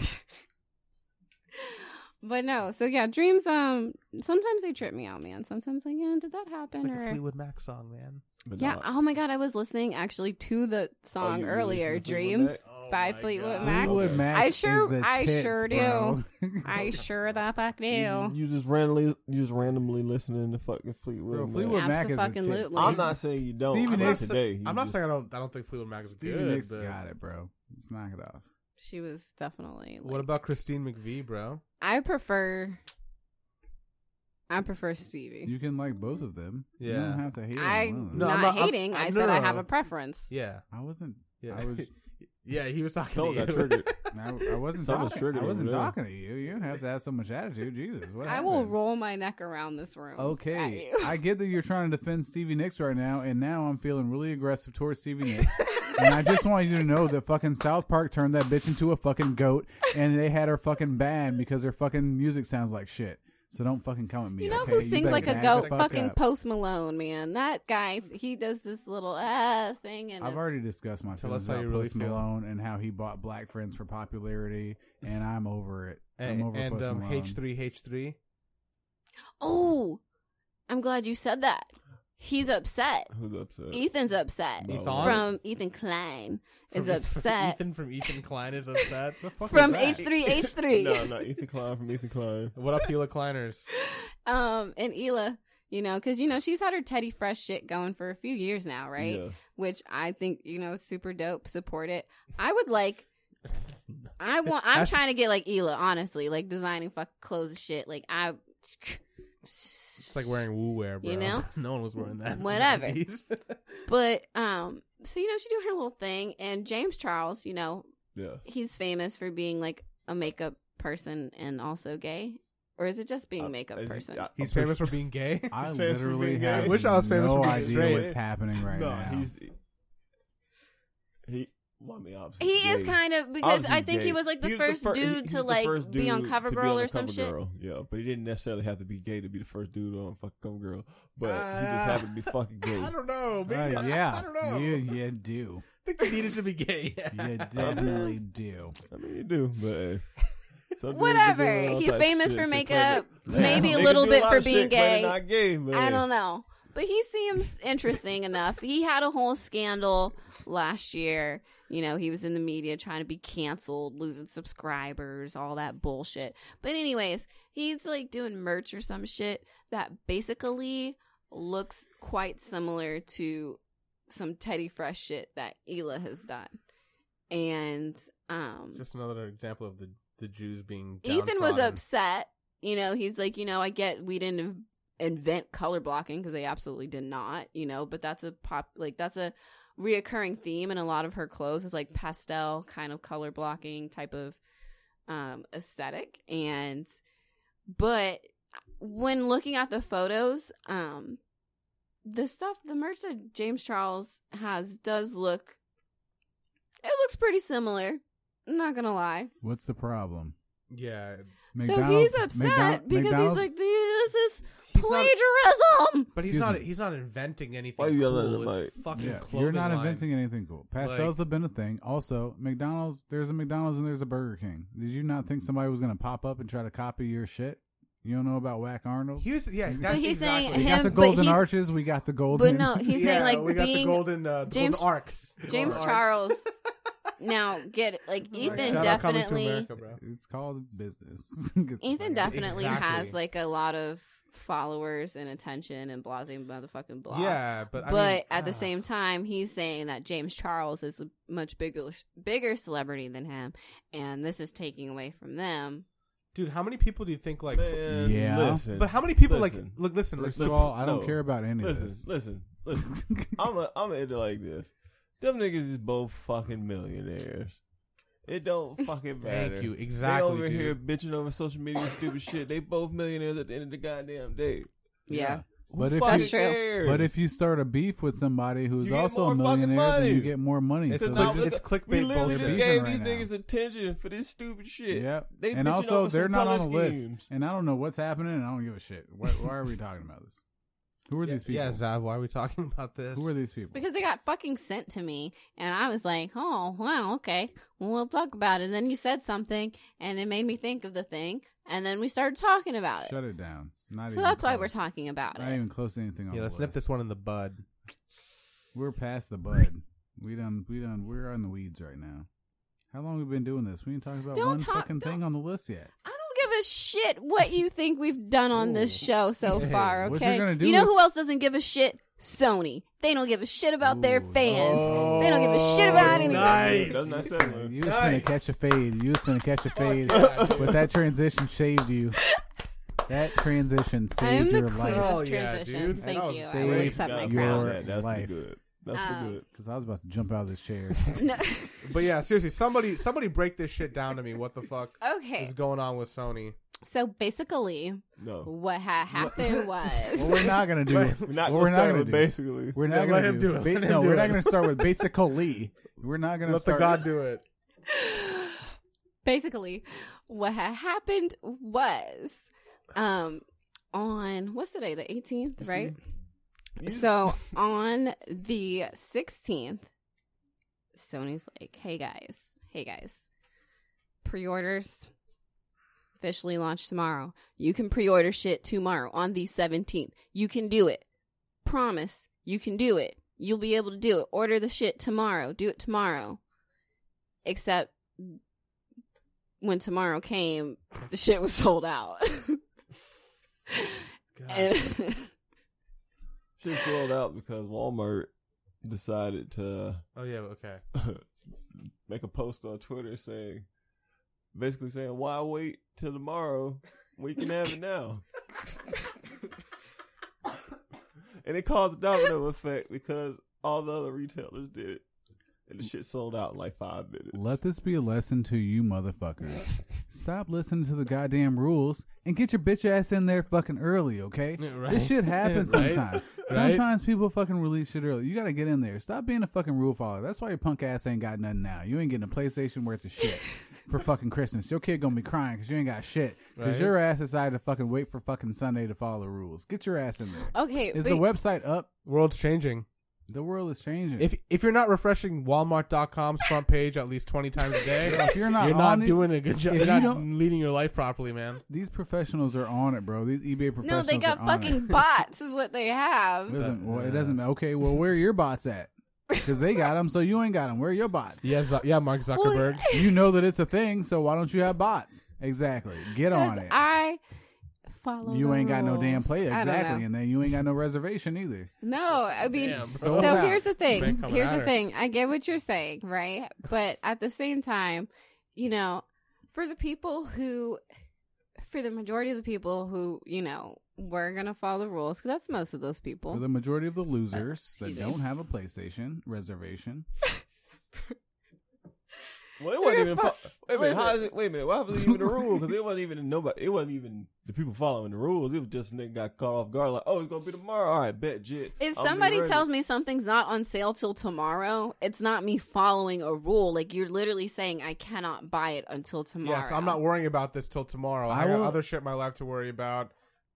S2: But no, so yeah, dreams. Um, sometimes they trip me out, man. Sometimes like, yeah, did that
S9: It's
S2: happen?
S9: like a
S2: or
S9: Fleetwood Mac song, man.
S6: but
S2: yeah.
S6: not-
S2: Oh my god, I was listening actually to
S9: Oh,
S2: the song
S6: you- you
S2: earlier,
S6: listen to Fleetwood
S2: "Dreams"
S6: Mac?
S2: by Fleetwood Mac.
S3: Fleetwood
S6: Okay.
S3: Mac
S2: I sure-
S3: is the
S2: I
S3: tits,
S2: sure
S3: bro.
S2: I sure the fuck do.
S6: You, you just randomly, you just randomly listening to fucking Fleetwood.
S3: Bro,
S6: Mac.
S3: Fleetwood Mac is the
S2: Abso-fucking
S3: tits.
S2: lutely.
S6: I'm not saying you don't.
S3: Stevie
S6: I'm
S3: Nicks-
S6: not today.
S9: I'm not
S6: just-
S9: saying I don't. I don't think Fleetwood Mac is
S3: Stevie
S9: good.
S3: Nicks
S9: but
S3: got it, bro. Let's knock it off.
S2: She was definitely.
S9: What
S2: like-
S9: about Christine McVie, bro?
S2: I prefer. I prefer Stevie.
S3: You can like both of them. You
S9: Yeah.
S3: don't have to hate
S2: I
S3: on one of them.
S9: No,
S2: not
S9: I'm not- I'm-
S2: hating. i
S9: I'm-
S2: said
S9: no, no,
S2: I
S9: no.
S2: have a preference.
S9: Yeah,
S3: I wasn't.
S9: yeah.
S3: I was.
S9: yeah, he was talking
S6: Someone
S9: to you.
S6: got triggered.
S3: I, I wasn't
S6: Someone's
S3: talking.
S6: triggered
S3: I wasn't
S6: over there.
S3: talking to you. You don't have to have so much attitude. Jesus, what?
S2: I will
S3: happened?
S2: roll my neck around this room. at
S3: Okay,
S2: you.
S3: I get that you're trying to defend Stevie Nicks right now, and now I'm feeling really aggressive towards Stevie Nicks. and I just want you to know that fucking South Park turned that bitch into a fucking goat, and they had her fucking banned because her fucking music sounds like shit. So don't fucking come at me.
S2: You know
S3: okay?
S2: who sings
S3: better
S2: like a
S3: back
S2: goat?
S3: the fuck
S2: Fucking
S3: up.
S2: Post Malone, man. That guy, he does this little uh thing, and
S3: I've
S2: it's-
S3: already discussed my
S9: Tell
S3: feelings
S9: us how
S3: about
S9: you really
S3: Post
S9: feel.
S3: Malone and how he bought black friends for popularity, and I'm over it. I'm
S9: and
S3: over
S9: and,
S3: Post
S9: um,
S3: Malone.
S9: H3, H3.
S2: Oh, I'm glad you said that. He's upset.
S6: Who's upset?
S2: Ethan's upset.
S6: No.
S9: Ethan?
S2: From Ethan Klein is
S9: From-
S2: upset.
S9: Ethan from Ethan Klein is upset.
S2: From H3H3.
S6: No, not Ethan Klein from Ethan Klein.
S9: what up, Gila Kleiners?
S2: um, and Ela, you know, because you know she's had her Teddy Fresh shit going for a few years now, right?
S6: Yeah.
S2: Which I think you know, super dope. Support it. I would like. I want. I'm
S9: That's-
S2: trying to get like Ela, honestly, like designing fuck clothes and shit. Like I.
S9: It's like wearing woo wear, bro.
S2: You know?
S9: no one was wearing that. in the
S2: Whatever.
S9: 90s.
S2: But um, so you know, she doing her little thing, and James Charles, you know,
S6: Yeah.
S2: he's famous for being like a makeup person and also gay, or is it just being
S6: Uh,
S2: makeup
S6: is he-
S2: person?
S6: I-
S9: He's
S6: I'm
S9: famous
S6: pretty-
S9: for being gay.
S3: I
S6: He's famous for
S3: literally
S6: being gay.
S3: have
S9: I wish I was famous
S3: no
S9: for being
S3: idea
S9: straight.
S3: what's happening right
S6: no,
S3: now.
S6: he's He, well, I mean, obviously
S2: He is
S6: gay.
S2: kind of because
S6: Obviously
S2: I think
S6: gay.
S2: he was like the
S6: He was
S2: first
S6: fir- he- he
S2: dude
S6: was
S2: to
S6: the
S2: like
S6: first
S2: be on
S6: dude
S2: Cover
S6: to be
S2: Girl
S6: on
S2: or some shit.
S6: CoverGirl. Yeah, but he didn't necessarily have to be gay to be the first dude on fuck CoverGirl. But he just
S9: Ah.
S6: happened to be fucking gay.
S9: I don't know.
S3: Uh,
S9: Maybe I-
S3: yeah,
S9: I don't know.
S3: you you do.
S9: I think he needed to be gay. Yeah.
S3: You definitely do.
S6: I mean, you do, but hey. Some dudes are doing
S2: Whatever.
S6: all
S2: He's
S6: types of
S2: famous
S6: shit.
S2: for
S6: Shit,
S2: makeup,
S6: claim it.
S2: maybe a
S6: Niggas
S2: little
S6: do
S2: bit
S6: lot
S2: for
S6: of
S2: being
S6: shit, claim
S2: gay.
S6: they're Not gay, but
S2: I
S6: hey.
S2: don't know. But he seems interesting enough. He had a whole scandal last year. You know, he was in the media trying to be canceled, losing subscribers, all that bullshit. But anyways, he's like doing merch or some shit that basically looks quite similar to some Teddy Fresh shit that Hila has done. And um
S9: It's just another example of the the Jews being.
S2: Ethan was
S9: downtrodden.
S2: upset. You know, he's like, you know, I get we didn't in- invent color blocking because they absolutely did not. You know, but that's a pop like that's a reoccurring theme in a lot of her clothes is like pastel kind of color blocking type of um aesthetic and but when looking at the photos um the stuff the merch that James Charles has does look it looks pretty similar I'm not gonna lie
S3: What's the problem?
S9: Yeah,
S2: so he's
S3: McDonald's-
S2: upset
S3: McDon-
S2: because
S3: McDonald's-
S2: he's like, this is
S9: He's not-
S2: plagiarism.
S9: but he's
S3: Excuse
S9: not.
S3: me.
S9: He's not inventing anything.
S6: Why you yelling
S9: cool.
S6: at
S9: It's fucking
S3: Yeah,
S9: clothing
S3: you're not
S9: line.
S3: inventing anything cool. Pastels have been a thing. Also, McDonald's. There's a McDonald's and there's a Burger King. Did you not think somebody was going to pop up and try to copy your shit? You don't know about Whack Arnold.
S9: Here's yeah.
S3: But
S9: That's
S2: he's
S9: exactly.
S2: saying
S3: we
S2: him-
S3: got the
S2: but
S3: golden
S2: he's-
S3: arches. We got the golden.
S2: But no, he's
S9: yeah,
S2: saying
S9: we
S2: like
S9: got the
S2: being
S9: golden, uh, the
S2: James-
S9: golden arcs. The
S2: James
S9: golden
S2: Charles.
S9: arcs.
S2: now get it, like Ethan
S9: Shout out Coming to
S2: definitely.
S9: America, bro.
S3: it's called business. Get the
S2: Ethan
S3: fuck out.
S2: definitely
S9: Exactly.
S2: has like a lot of followers and attention and blah blah blah motherfucking blah.
S9: Yeah, but I
S2: but
S9: mean,
S2: at
S9: ah.
S2: the same time, he's saying that James Charles is a much bigger bigger celebrity than him, and this is taking away from them.
S9: dude, how many people do you think like?
S6: Man,
S3: Yeah.
S6: listen.
S9: But how many people
S6: Listen.
S9: like? Look, listen.
S6: Listen.
S3: First of all, I don't
S6: no.
S3: care about any
S6: Listen,
S3: of this.
S6: listen, listen. I'm a, I'm into like this. Them niggas is both fucking millionaires. It don't fucking matter.
S9: Thank you. Exactly,
S6: They over
S9: dude.
S6: here bitching over social media and stupid shit. They both millionaires at the end of the goddamn day.
S2: Yeah.
S6: Who
S3: But if
S6: fucking
S2: That's true.
S6: cares?
S3: But if you start a beef with somebody who's
S6: You get
S3: also a
S6: more fucking
S3: millionaire, then you
S6: money.
S3: get more money.
S9: It's
S3: so
S9: not
S3: they're
S9: what
S3: just-
S9: it's clickbait
S6: we literally just
S9: bullshit.
S6: gave
S3: Right
S6: these
S3: now.
S6: niggas attention for this stupid shit.
S3: Yep.
S6: They
S3: and
S6: bitching
S3: also,
S6: over some
S3: they're not on
S6: color
S3: a list.
S6: schemes.
S3: And I don't know what's happening, and I don't give a shit. Why, why are we talking about this? Who are
S9: Yeah,
S3: these people?
S9: yeah,
S8: Uh,
S9: Zav, why are we talking about this?
S3: Who are these people?
S11: Because they got fucking sent to me, and I was like, "Oh, wow, okay, well, we'll talk about it." And then you said something, and it made me think of the thing, and then we started talking about it.
S3: Shut it down. Not
S11: So
S3: even
S11: that's why
S3: close.
S11: we're talking about
S3: Not
S11: it.
S3: even close to anything on
S9: Yeah,
S3: the
S9: let's
S3: list.
S9: nip this one in the bud.
S3: We're past the bud. We done. We done. We're on the weeds right now. How long we been doing this? We ain't talking about
S11: Don't
S3: one
S11: talk-
S3: fucking
S11: don't-
S3: thing on the list yet.
S11: I don't give a shit what you think we've done on this show so far.
S3: What
S11: Okay,
S3: you're gonna do
S11: you know
S3: is-
S11: who else doesn't give a shit? Sony. They don't give a shit about their
S3: Ooh. Oh,
S11: fans. they don't give a shit
S2: Oh,
S11: about anything.
S6: That's not
S3: You
S6: settling.
S3: was gonna catch a fade. You was gonna catch a fade, but that transition saved you. That transition saved
S11: I am the
S3: your
S11: queen
S3: life.
S9: Hell
S11: of
S9: yeah,
S11: transitions.
S9: dude.
S11: Thank
S9: That was
S11: you. I
S3: safe.
S11: will accept my
S3: Got
S11: crown.
S3: your
S6: Yeah, that's
S3: life.
S6: pretty good. That's
S11: Um,
S9: Uh,
S6: pretty good.
S3: Because I was about to jump out of this chair.
S11: No.
S9: But yeah, seriously, somebody somebody break this shit down to me. What the fuck
S11: okay.
S9: is going on with Sony?
S11: So basically,
S6: No.
S11: what had happened
S3: what
S11: was
S3: we're not gonna do.
S6: We're not
S3: what we're
S6: going to
S3: not
S6: start
S3: gonna
S6: with
S3: do.
S6: basically.
S3: We're not
S9: Yeah, let
S3: gonna
S9: him
S3: do.
S9: do it.
S3: ba-
S9: Let him
S3: no,
S9: do
S3: we're
S9: it.
S3: not gonna start with basically. We're not gonna
S9: Let
S3: start.
S9: the god do it.
S11: basically what had happened was um on what's today the 18th, right? So on the 16th, Sony's like, hey guys, hey guys, pre orders officially launch tomorrow. You can pre order shit tomorrow on the 17th. You can do it. Promise you can do it. You'll be able to do it. Order the shit tomorrow. Do it tomorrow. Except when tomorrow came, the shit was sold out. And-
S6: Shit sold out because Walmart decided to
S9: Oh yeah, okay.
S6: make a post on Twitter saying, basically saying, why wait till tomorrow? We can have it now. and it caused a domino effect because all the other retailers did it. and the shit sold out in like five minutes.
S3: Let this be a lesson to you motherfuckers. Stop listening to the goddamn rules and get your bitch ass in there fucking early, okay?
S8: Yeah, right.
S3: This shit happens
S8: Right.
S3: sometimes.
S8: Right.
S3: Sometimes people fucking release shit early. You gotta get in there. Stop being a fucking rule follower. That's why your punk ass ain't got nothing now. You ain't getting a PlayStation worth of shit for fucking Christmas. Your kid gonna be crying because you ain't got shit. Because
S8: Right.
S3: your ass decided to fucking wait for fucking Sunday to follow the rules. Get your ass in there.
S2: Okay, but-
S3: Is the website up?
S8: World's changing.
S3: The world is changing.
S8: If if you're not refreshing Walmart.com's front page at least twenty times a day,
S3: If you're not on it-
S8: doing a good job.
S3: if
S8: You're
S3: you
S8: not
S3: don't-
S8: leading your life properly, man.
S3: These professionals are on it, bro. These eBay professionals.
S9: No, they got
S3: are on it.
S9: fucking bots, is what they have.
S3: It doesn't, well, it doesn't. Okay, well, where are your bots at? Because they got them, so you ain't got them. Where are your bots?
S8: Yeah, Zu- yeah, Mark Zuckerberg.
S3: You know that it's a thing, so why don't you have bots? Exactly. Get on
S2: Because
S3: it.
S2: I follow.
S3: You
S2: the
S3: ain't got no damn
S2: rules.
S3: player.
S2: I don't
S3: Exactly.
S2: know.
S3: And then you ain't got no reservation either.
S2: No, I mean,
S8: Damn, bro.
S2: so,
S3: Sold out.
S2: here's the
S8: Man
S2: thing.
S8: coming
S2: Here's
S8: at
S2: the
S8: her.
S2: thing. I get what you're saying, right? But at the same time, you know, for the people who, for the majority of the people who, you know, we're going to follow the rules, because that's most of those
S3: For
S2: people.
S3: the majority of the losers that
S2: Excuse me.
S3: don't have a PlayStation reservation,
S6: Well, it wasn't even. Fo- wait a minute.
S2: Listen.
S6: How is it? Wait a minute. Why was it even the rule? Because it wasn't even nobody. It wasn't even the people following the rules. It was just nigga got caught off guard. Like, oh, it's gonna be tomorrow. All right, bet jit.
S9: If somebody tells me something's not on sale till tomorrow, it's not me following a rule. Like you're literally saying I cannot buy it until tomorrow.
S8: Yeah, so I'm not worrying about this till tomorrow. I,
S3: I
S8: got
S3: will-
S8: other shit in my life to worry about.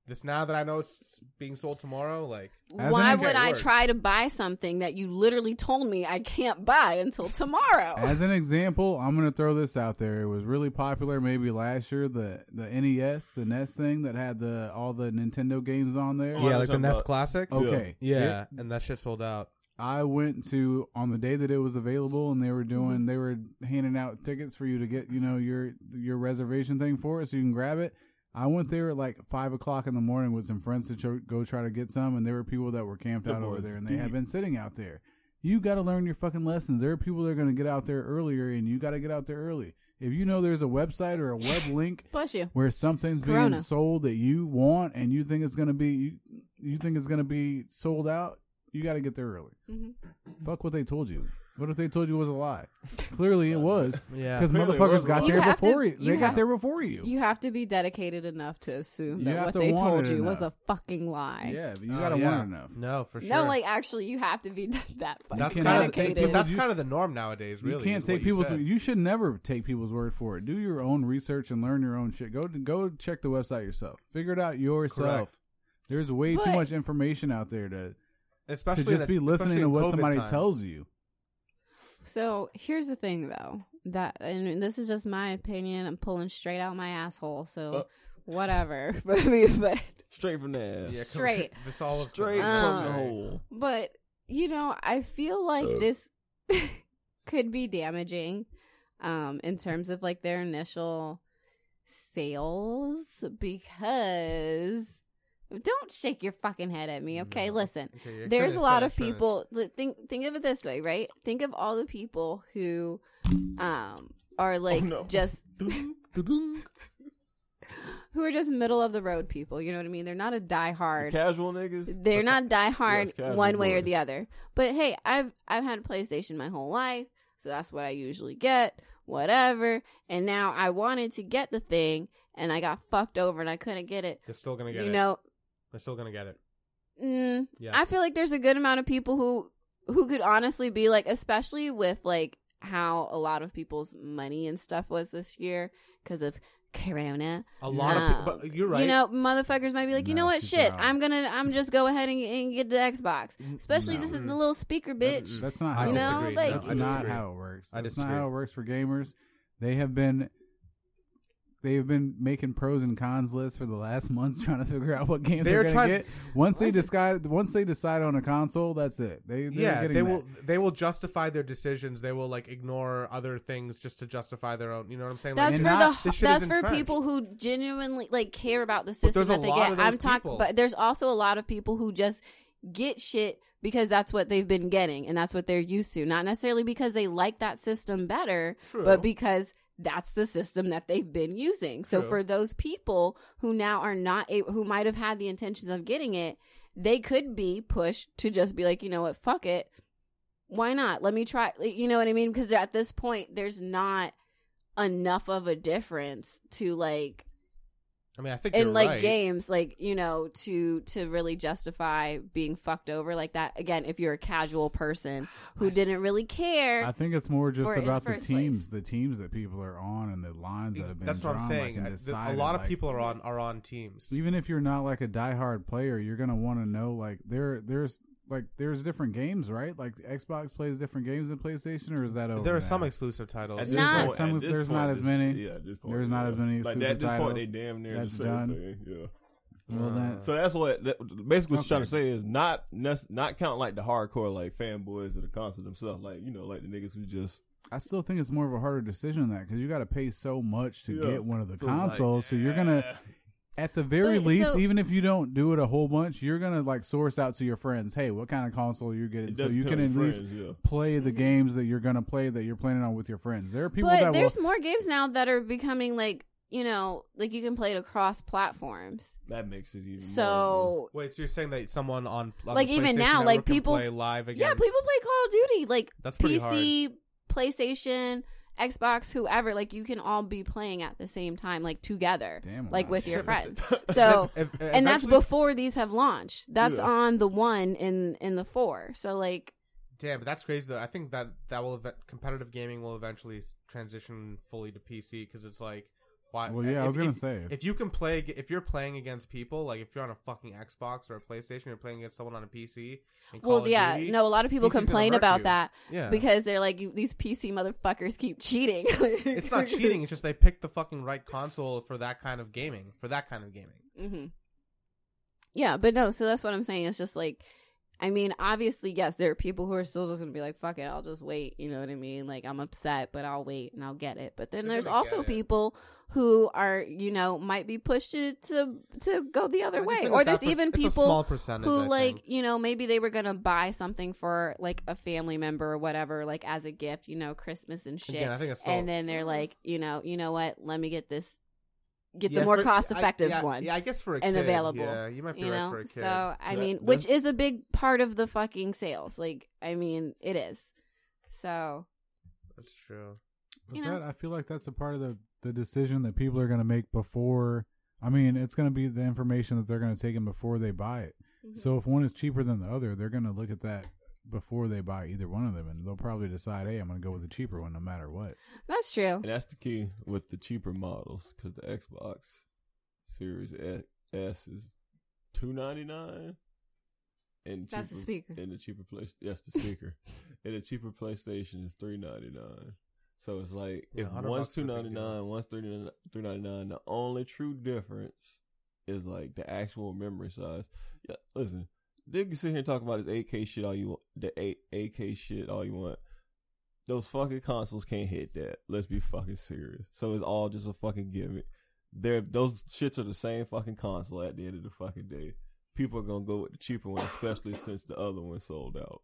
S8: This now that I know it's being sold tomorrow, like
S3: As
S9: Why
S3: an
S9: would
S3: example-
S9: I try to buy something that you literally told me I can't buy until
S2: Oh.
S9: tomorrow?
S3: As an example, I'm gonna throw this out there. It was really popular maybe last year, the the NES, the NES thing that had the all the Nintendo games on there.
S6: Yeah, like the Talking NES about-
S8: Classic.
S3: Okay.
S8: Yeah,
S3: It-
S8: and that shit sold out.
S3: I went to on the day that it was available, and they were doing they were handing out tickets for you to get you know your your reservation thing for it, so you can grab it. I went there at like five o'clock in the morning with some friends to tr- go try to get some, and there were people that were camped
S6: That
S3: out over
S6: boy's
S3: there, and they had been sitting out there. You got to learn your fucking lessons. There are people that are going to get out there earlier, and you got to get out there early. If you know there's a website or a web link
S2: Bless you.
S3: where something's being
S2: Corona.
S3: sold that you want and you think it's going to be you, you think it's going to be sold out, you got to get there early.
S2: Mm-hmm.
S3: Fuck what they told you. What if they told you it was a lie? Clearly it was.
S8: Yeah.
S3: Because
S6: Clearly it
S3: motherfuckers
S6: was a
S3: got
S6: lie.
S3: there
S2: You have
S3: before
S2: to-
S3: you.
S2: you
S3: They got
S2: have-
S3: there before you.
S2: You have to be dedicated enough to assume
S3: You
S2: that
S3: have
S2: what
S3: to
S2: they
S3: want
S2: told
S3: it
S2: you was
S3: enough.
S2: a fucking lie.
S3: yeah, but you
S8: Oh,
S3: got to
S8: yeah.
S3: want enough.
S8: No, for sure.
S2: No, like actually, you have to be that fucking
S8: that's
S3: You
S8: kind
S3: cannot
S8: of the,
S3: take
S2: dedicated.
S8: but that's
S3: You-
S8: kind of the norm nowadays. Really,
S3: you can't
S8: is
S3: take
S8: what
S3: people's.
S8: said.
S3: You, should never take people's word for it. Do your own research and learn your own shit. Go to, go check the website yourself. Figure it out yourself. There's way too
S2: But-
S3: much information out there to, to
S8: especially
S3: just
S8: in a-
S3: be listening
S8: especially
S3: to
S8: in
S3: what
S8: COVID
S3: somebody
S8: time.
S3: tells you.
S2: So here's the thing, though. That and this is just my opinion. I'm pulling straight out my asshole. So
S6: Uh.
S2: whatever. but I mean, but
S6: straight from the ass,
S8: Yeah, come-
S2: Straight.
S8: This all was
S6: straight
S2: Uh,
S6: from the hole.
S2: but you know, I feel like this could be damaging, um, in terms of like their initial sales because don't shake your fucking head at me. Okay,
S8: No.
S2: listen.
S8: Okay, yeah,
S2: there's a
S8: finish,
S2: lot of
S8: finish, finish.
S2: people li- think think of it this way right think of all the people who um
S8: Oh,
S2: are like
S6: no.
S2: just who are just middle of the road people you know what i mean they're not a diehard
S6: Casual niggas.
S2: they're not die hard
S6: Yes, casual
S2: one way or
S6: boys.
S2: the other. But hey, I've I've had a PlayStation my whole life, so that's what I usually get, whatever. And now I wanted to get the thing and I got fucked over and I couldn't get it.
S8: They're still gonna get
S2: You
S8: it.
S2: know,
S8: They're still gonna get it.
S2: mm,
S8: Yes.
S2: I feel like there's a good amount of people who who could honestly be like, especially with like how a lot of people's money and stuff was this year because of corona.
S8: a lot
S2: Um,
S8: of people. But you're right.
S2: You know, motherfuckers might be like, you
S3: No,
S2: know what,
S3: she's
S2: shit,
S3: wrong.
S2: I'm gonna, I'm just go ahead and, and get the Xbox, especially
S3: no.
S2: this is the little speaker, bitch.
S3: That's not
S8: I
S3: how it
S2: disagree.
S3: works.
S2: No, like-
S3: that's
S2: I
S3: not
S8: disagree.
S3: how it works.
S8: I
S3: That's not
S8: disagree.
S3: how it works for gamers. They have been they have been making pros and cons lists for the last months trying to figure out what game
S8: They're
S3: they're,
S8: trying-
S3: going to get. Once they decide once they decide on a console, that's it. They they're
S8: yeah,
S3: getting
S8: they
S3: that.
S8: will. They will justify their decisions. They will like ignore other things just to justify their own. You know what I'm saying?
S2: That's
S8: like,
S2: for
S3: and not-
S2: the
S8: this shit
S2: that's
S8: is
S2: for
S8: entrenched.
S2: people who genuinely like care about the
S8: there's
S2: system
S8: a
S2: that they
S8: lot
S2: get.
S8: of those
S2: I'm talking,
S8: people.
S2: but there's also a lot of people who just get shit because that's what they've been getting and that's what they're used to. Not necessarily because they like that system better,
S8: True.
S2: but because that's the system that they've been using. So
S8: True.
S2: for those people who now are not able, who might have had the intentions of getting it, they could be pushed to just be like, you know what, fuck it.
S9: why not? Let me try. like, You know what I mean? Because at this point, there's not enough of a difference to like
S8: I mean, I think
S9: in
S8: you're
S9: like
S8: right.
S9: games, like you know, to to really justify being fucked over like that. Again, if you're a casual person who didn't really care,
S3: I think it's more just
S9: Or in
S3: about the
S9: first
S3: teams, the teams that people are on, and the lines that
S8: Ex-
S3: have been
S8: That's what
S3: drawn.
S8: I'm saying.
S3: Like, and
S8: I- th- a
S3: decided,
S8: lot of
S3: like,
S8: people are on are on teams.
S3: Even if you're not like a diehard player, you're gonna want to know like there, there's like there's different games, right? Like Xbox plays different games than PlayStation, or is that over?
S8: There are
S3: now?
S8: some exclusive titles.
S6: At
S3: There's,
S6: this
S3: like,
S6: point-
S3: some-
S6: at this
S3: there's
S6: point,
S3: not as
S6: this-
S3: many.
S6: yeah, at this point,
S3: there's not
S6: yeah.
S3: as many
S6: Like,
S3: exclusive
S6: at this
S3: titles.
S6: point, they damn near the
S3: That's
S6: same
S3: done.
S6: thing, yeah.
S3: Well, then,
S6: Uh, So that's what that, basically what you're trying to
S3: Okay.
S6: say is not nec- not count like the hardcore like fanboys of the concert themselves, like you know, like the niggas who just
S3: I still think it's more of a harder decision than that because you got to pay so much to
S6: Yeah.
S3: get one of the
S6: So it's like,
S3: consoles. so you're gonna, at the very
S2: But,
S3: least,
S2: so-
S3: even if you don't do it a whole bunch, you're gonna like source out to your friends. Hey, what kind of console you're getting?
S6: It
S3: So
S6: does
S3: you can
S6: depend
S3: at
S6: on
S3: least
S6: friends, yeah.
S3: play the games that you're gonna play that you're planning on with your friends. There are people
S2: Mm-hmm. But
S3: that will.
S2: there's more games now that are becoming like you know, like you can play it across platforms.
S6: that makes it even
S2: So
S8: Wait, so you're saying that someone on, on
S2: Like,
S8: the
S2: even
S8: PlayStation
S2: now,
S8: Network
S2: like,
S8: can
S2: people-
S8: play live against
S2: yeah, people play Call of Duty like
S8: That's pretty
S2: PC, PlayStation, Xbox, whoever. Like you can all be playing at the same time, like together,
S3: Damn,
S2: like
S3: wow.
S2: with your
S3: Shit.
S2: friends. So
S8: Ev- ev-
S2: and that's
S8: eventually-
S2: before these have launched. That's
S6: Yeah.
S2: on the one in in the four. So like
S8: Damn, but that's crazy though. I think that that will ev- competitive gaming will eventually s- transition fully to PC because it's like why?
S3: Well, yeah, I was gonna
S8: if,
S3: say.
S8: if you can play ag- if you're playing against people like if you're on a fucking Xbox or a PlayStation, you're playing against someone on a PC. in Call
S2: well
S8: of
S2: yeah,
S8: Duty,
S2: no, a lot of people
S8: PC's gonna
S2: complain
S8: hurt
S2: about
S8: you.
S2: that
S8: Yeah,
S2: because they're like "You- these PC motherfuckers keep cheating.
S8: it's not cheating. It's just they picked the fucking right console for that kind of gaming. For that kind of gaming.
S2: Mm-hmm. Yeah, but no, so that's what I'm saying. It's just like, I mean, obviously, yes, there are people who are still just going to be like, fuck it, I'll just wait. You know what I mean? Like, I'm upset, but I'll wait and I'll get it. But then
S8: They're
S2: there's
S8: gonna
S2: also
S8: get it.
S2: people who are, you know, might be pushed to to, to go the other
S8: I just
S2: way.
S8: think
S2: Or
S8: it's that
S2: there's
S8: per-
S2: even
S8: it's a small
S2: people
S8: percentage, I
S2: who,
S8: think.
S2: like, you know, maybe they were going to buy something for, like, a family member or whatever, like, as a gift, you know, Christmas and shit.
S8: Again, I think it's so-
S2: and then they're like, you know, you know what? Let me get this. Get
S8: Yeah,
S2: the more
S8: for- I-
S2: cost effective
S8: yeah,
S2: one
S8: Yeah, I guess for a
S2: and
S8: kid,
S2: available.
S8: Yeah, you might be
S2: you
S8: right
S2: know?
S8: for a kid.
S2: So I
S6: That-
S2: mean,
S6: that-
S2: which is a big part of the fucking sales. Like, I mean, it is. So
S8: that's true.
S3: But
S2: you know.
S3: that, I feel like that's a part of the, the decision that people are going to make before. I mean, it's going to be the information that they're going to take in before they buy it.
S8: Mm-hmm.
S2: Mm-hmm.
S3: So if one is cheaper than the other, they're going to look at that before they buy either one of them, and they'll probably decide, "Hey, I'm going to go with the cheaper one, no matter what."
S2: that's true.
S6: And that's the key with the cheaper models because the Xbox Series E- S is two ninety nine, and
S2: That's the
S6: cheaper-
S2: speaker.
S6: And the cheaper place, yes, the speaker, and the cheaper PlayStation is three ninety nine. So it's like
S8: Yeah,
S6: if
S8: 100
S6: one's
S8: bucks is
S6: two
S8: a big deal.
S6: ninety nine, one's three ninety nine. The only true difference is like the actual memory size. Yeah, listen, they can sit here and talk about this eight K shit all you want, the eight eight K shit all you want. Those fucking consoles can't hit that. Let's be fucking serious. So it's all just a fucking gimmick. They're, those shits are the same fucking console at the end of the fucking day. People are gonna go with the cheaper one, especially since the other one sold out.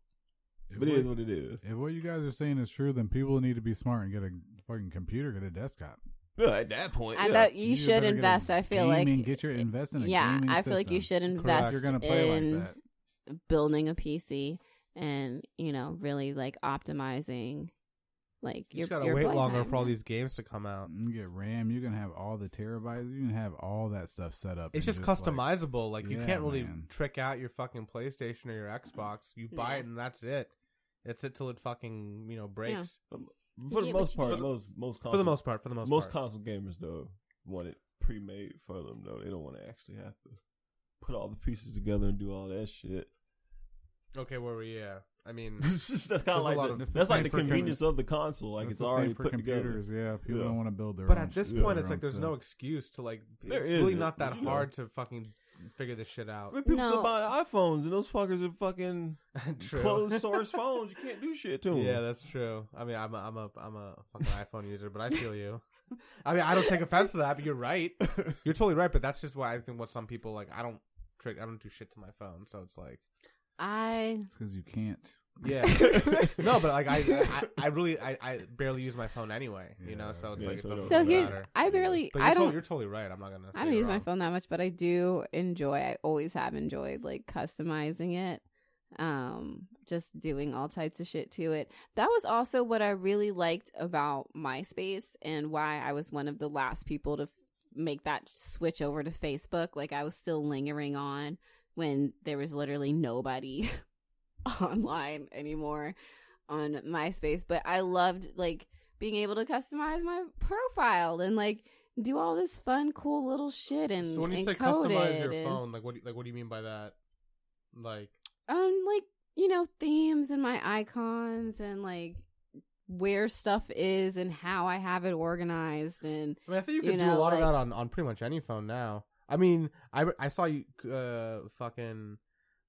S3: If
S6: But it is
S3: what,
S6: what it is.
S3: if what you guys are saying is true, then people need to be smart and get a fucking computer, get a desktop.
S6: Yeah, at that point,
S2: I
S6: yeah.
S2: thought you,
S3: better
S2: should
S3: get a
S2: invest. I feel like eh,
S3: gaming- get your invest in a
S2: yeah,
S3: gaming
S2: I feel like you
S3: system.
S2: should
S3: Correct.
S2: invest
S3: You're gonna play like
S2: in
S3: that.
S2: building a PC and you know really like optimizing like
S8: You
S2: your
S8: just gotta
S2: your
S8: wait
S2: play
S8: longer
S2: time.
S8: for all these games to come out.
S3: You can get RAM. You can have all the terabytes. You can have all that stuff set up.
S8: It's
S3: and
S8: just
S3: like-
S8: customizable. Like, you
S3: Yeah,
S8: can't really
S3: man.
S8: trick out your fucking PlayStation or your Xbox. You buy
S2: No.
S8: it and that's it. That's it till it fucking you know breaks.
S6: for
S2: Yeah,
S6: the
S2: but
S6: most
S2: you
S6: part,
S2: can't-
S6: most most console,
S8: For the most part. For the most,
S6: most
S8: part.
S6: console gamers though want it pre-made for them though. They don't want to actually have to put all the pieces together and do all that shit.
S8: okay, where were we? Yeah, I mean,
S6: that's kind
S8: a
S6: of like
S8: lot
S6: the,
S8: of-
S3: it's the
S6: that's
S3: same
S6: like the
S3: for com-
S6: convenience of the console. Like
S3: That's
S6: it's
S3: the same
S6: already
S3: for
S6: put together.
S3: computers. Yeah, people
S6: Yeah.
S3: don't want to build their.
S8: but
S3: own
S8: at this
S3: Oh, shit,
S8: point,
S3: their
S8: it's
S3: own
S8: like there's
S3: stuff.
S8: no excuse to like.
S6: There
S8: it's really
S6: isn't,
S8: not that
S6: but you know.
S8: hard to fucking figure this shit out.
S6: I mean, people
S2: No.
S6: still buying iPhones and those fuckers are fucking
S8: True.
S6: closed source phones. You can't do shit to them.
S8: Yeah, that's true. I mean, I'm a, I'm a I'm a fucking iPhone user, but I feel you. I mean, I don't take offense to that, but you're right. You're totally right, but that's just why I think what some people like. I don't trick. I don't do shit to my phone, so it's like,
S2: I
S3: because you can't.
S8: yeah, no, but like I I, I really I, I barely use my phone anyway, you know. So it's
S6: Yeah,
S8: like
S6: so
S8: it
S6: don't
S8: doesn't
S2: so
S8: really
S2: here's
S8: matter.
S2: I barely
S8: But you're,
S2: I
S8: tot-
S2: don't
S8: you're totally right. I'm not gonna. say
S2: I don't
S8: you're
S2: use my
S8: wrong.
S2: phone that much, but I do enjoy. I always have enjoyed like customizing it. Um, just doing all types of shit to it. That was also what I really liked about MySpace and why I was one of the last people to f- make that switch over to Facebook. Like I was still lingering on when there was literally nobody online anymore on MySpace, but I loved like being able to customize my profile and like do all this fun, cool little shit and
S8: So when you
S2: and
S8: say
S2: code
S8: customize
S2: it
S8: your
S2: and-
S8: phone, like what do you- like what do you mean by that? Like
S2: um like you know themes and my icons and like where stuff is and how I have it organized and
S8: I mean, I think you could do a
S2: know,
S8: lot of
S2: like-
S8: that on, on pretty much any phone now. I mean, I, I saw you, uh, fucking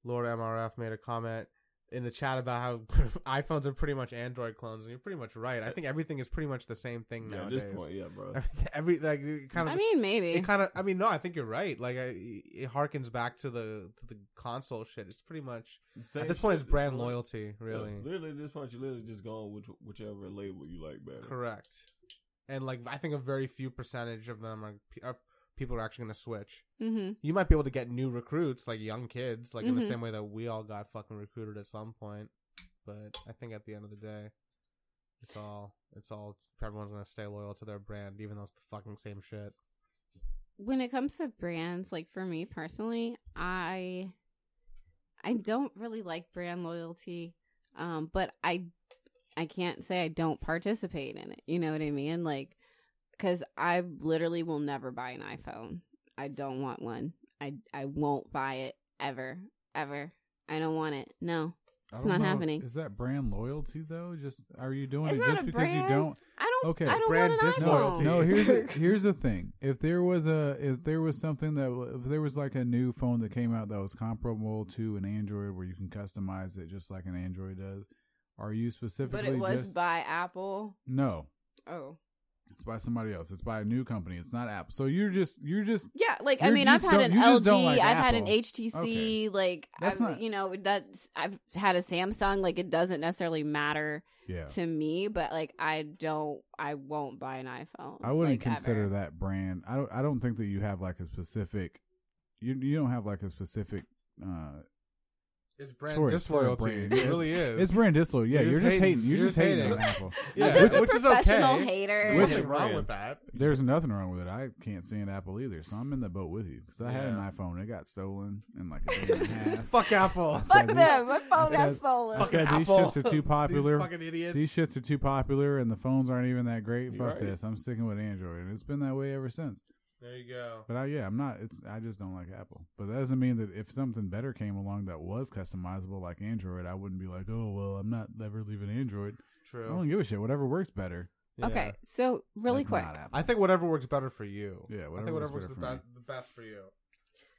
S8: Lord MRF made a comment in the chat about how iPhones are pretty much Android clones, and you're pretty much right. I think everything is pretty much the same thing
S6: Yeah, at
S8: nowadays.
S6: this point, yeah, bro.
S8: Every like it kind of.
S2: I mean maybe
S8: it kind of. I mean, no, I think you're right. Like, I, it harkens back to the to the console shit. It's pretty much
S6: Same
S8: at this point,
S6: shit,
S8: it's brand
S6: it's like-
S8: loyalty, really.
S6: Yeah, literally, at this point, you literally just going which, whichever label you like better.
S8: Correct. And like, I think a very few percentage of them are, are people are actually going to switch.
S2: Mm-hmm.
S8: you might be able to get new recruits, like young kids, like in the
S2: Mhm.
S8: same way that we all got fucking recruited at some point. But I think at the end of the day, it's all it's all everyone's gonna stay loyal to their brand, even though it's the fucking same shit.
S12: when it comes to brands, like for me personally, I
S2: I don't really like brand loyalty, um, but I I can't say I don't participate in it. You know what I mean? Like, because I literally will never buy an iPhone. I don't want one. I I won't buy it ever, ever. I don't want it. No,
S3: I
S2: it's
S3: don't
S2: not
S3: know,
S2: happening.
S3: Is that brand loyalty though? Just are you doing
S2: It's
S3: it
S2: not
S3: just
S2: a
S3: because you
S2: brand.
S3: don't?
S2: I don't.
S3: Okay.
S2: I don't
S8: brand
S2: want an
S8: disloyalty.
S2: iPhone.
S3: No, here's the, here's the thing. If there was a if there was something that w- if there was like a new phone that came out that was comparable to an Android where you can customize it just like an Android does, are you specifically?
S2: but it was
S3: just,
S2: by Apple.
S3: no.
S2: Oh,
S3: It's by somebody else. It's by a new company. It's not Apple. So you're just you're just
S2: yeah. Like I
S3: You're
S2: mean, I've
S3: just
S2: had
S3: don't-
S2: an
S3: you just
S2: LG.
S3: don't like
S2: I've had an
S3: Apple.
S2: HTC.
S3: Okay.
S2: Like
S3: That's
S2: I've,
S3: not-
S2: you know, that's I've had a Samsung. Like it doesn't necessarily matter
S3: yeah.
S2: to me, but like I don't. I won't buy an iPhone.
S3: I wouldn't
S2: like,
S3: consider
S2: ever.
S3: that brand. I don't. I don't think that you have like a specific. You you don't have like a specific. uh
S8: It's brand
S3: Choice for a
S8: disloyalty.
S3: brand.
S8: It really is.
S3: It's brand disloyal. Yeah, you're,
S8: You're just
S3: just
S8: hating.
S3: hating. You're, just hating, on Apple.
S8: yeah,
S2: Just a
S8: which is
S2: professional
S8: okay.
S2: hater.
S8: There's
S3: Which-
S8: nothing wrong
S6: brand?
S8: with that.
S3: There's nothing wrong with it. I can't stand Apple either, so I'm in the boat with you because I had an
S8: Yeah.
S3: iPhone. It got stolen in like a day and a half.
S8: Fuck Apple.
S3: I said
S2: Fuck
S3: these-
S2: them. My phone
S3: I
S2: got
S3: said-
S2: stolen.
S3: I said these
S8: Apple.
S3: shits are too
S8: These
S3: popular.
S8: fucking idiots.
S3: These shits are too popular, and the phones aren't even that great.
S6: You're
S3: Fuck
S6: right.
S3: this. I'm sticking with Android, and it's been that way ever since.
S8: there you go.
S3: But I, yeah, I'm not. It's I just don't like Apple. But that doesn't mean that if something better came along that was customizable like Android, I wouldn't be like, oh well, I'm not ever leaving Android. I
S8: True.
S3: don't give a shit. Whatever works better.
S8: Yeah.
S12: okay. So really
S3: It's
S12: quick,
S3: not Apple.
S8: I think whatever works better for you.
S3: Yeah,
S8: I
S3: whatever
S8: think
S3: works
S8: whatever works
S3: better
S8: the,
S3: for me.
S8: be- the best for you.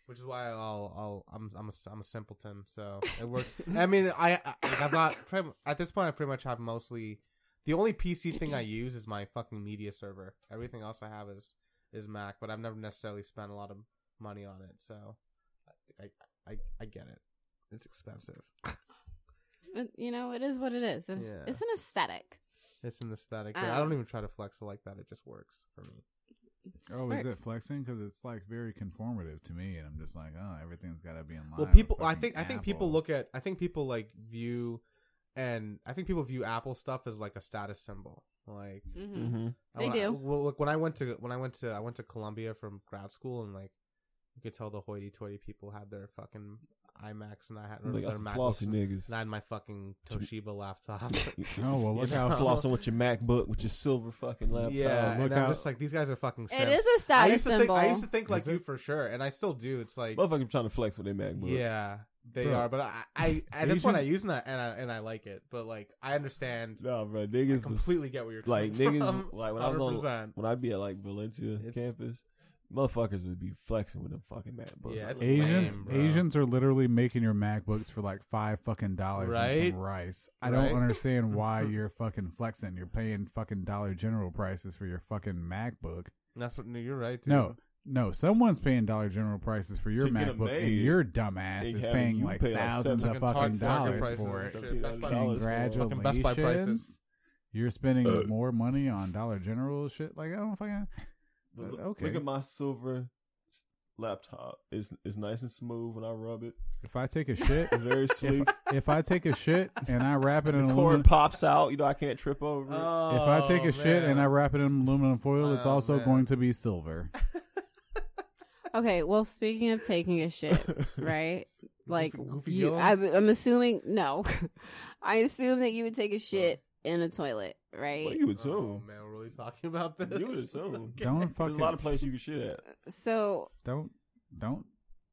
S8: Which is why I'll, I'll I'm I'm a, s- I'm a simpleton, so it worked. I mean, I, I like, I've not pretty mu- at this point. I pretty much have mostly the only PC thing I use is my fucking media server. Everything else I have is is Mac, but I've never necessarily spent a lot of money on it, so I I I, I get it. It's expensive.
S2: But, you know, it is what it is. It's,
S8: Yeah.
S2: it's an aesthetic.
S8: It's an aesthetic. but I
S2: Um.
S8: don't even try to flex it like that. It just works for me.
S3: Oh, is it
S2: Works.
S3: flexing? Because it's like very conformative to me, and I'm just like, oh, everything's got to be in line.
S8: well
S3: with
S8: people i
S3: fucking
S8: think i think people
S3: Apple.
S8: look at i think people like view and i think people view apple stuff as like a status symbol like
S2: Mhm.
S13: Mm-hmm.
S8: I-
S2: They
S8: when I-
S2: do.
S8: well, look when i went to when i went to i went to columbia from grad school and like you could tell the hoity-toity people had their fucking imacs and i had
S6: They
S8: their
S6: got some
S8: MacBooks,
S6: flossy
S8: and
S6: niggas.
S8: i had my fucking toshiba laptop
S3: Oh well,
S6: Well,
S3: look
S6: look
S3: how
S8: Yeah.
S6: how flossing with your MacBook, with your silver fucking laptop.
S8: yeah
S6: look
S8: and i'm
S6: how
S8: just like these guys are fucking
S2: It is
S8: simps.
S2: a
S8: i
S2: status
S8: used to
S2: symbol.
S8: think i used to think like
S3: Is
S8: you
S3: it?
S8: for sure and i still do it's like
S6: motherfucker trying to flex with their MacBook.
S8: Yeah, they
S3: Bro.
S8: are. But I, I at
S3: They
S8: this point, I
S3: should-
S8: use and I, and I and I like it. But like, I understand.
S6: nah, bro,
S8: I
S6: niggas was-
S8: completely get where you're
S6: like
S8: coming
S6: niggas
S8: from.
S6: like when I was on
S8: 100%.
S6: when I be at like Valencia
S8: It's-
S6: campus, motherfuckers would be flexing with them fucking MacBooks.
S8: Yeah,
S6: Like,
S8: it's
S3: Asians
S8: lame, bro.
S3: Asians are literally making your MacBooks for like five fucking dollars and
S8: Right?
S3: some rice. I
S8: Right?
S3: don't understand why you're fucking flexing. You're paying fucking Dollar General prices for your fucking MacBook.
S8: That's what no, you're right. Dude.
S3: No, no, someone's paying Dollar General prices for your
S6: To get 'em
S3: MacBook, and
S6: made.
S3: your dumbass
S6: They
S3: is
S6: have-
S3: paying
S6: you
S3: like
S6: pay, like,
S3: thousands
S6: seven
S3: of
S8: Fucking
S3: fucking
S8: Target
S3: dollars
S8: prices
S3: for
S8: and
S3: it.
S8: shit. Best Buy-
S6: $17 for it.
S8: Fucking Best Buy prices.
S3: Congratulations. You're spending more money on Dollar General shit. Like I don't fucking.
S6: But look,
S3: Okay.
S6: look at my silver laptop. It's it's nice and smooth when I rub it.
S3: If I take a shit,
S6: It's very sleek.
S3: if I take a shit and I wrap it in
S6: the
S3: aluminum,
S6: cord pops out. You know I can't trip over. it.
S3: if I take a shit and I wrap it in aluminum foil, it's
S8: Oh,
S3: also
S8: man.
S3: going to be silver.
S2: Okay, well, speaking of taking a shit, right? Like
S8: Goofy- Goofy
S2: you,
S8: Gillum?
S2: I, I'm assuming no, I assume that you would take a shit in a toilet, right?
S6: Well, you would
S8: Oh
S6: assume.
S8: man, we're really talking about this.
S6: You would assume.
S3: Don't
S6: There's
S3: fucking
S6: a lot of places you can shit at.
S2: so
S3: don't don't.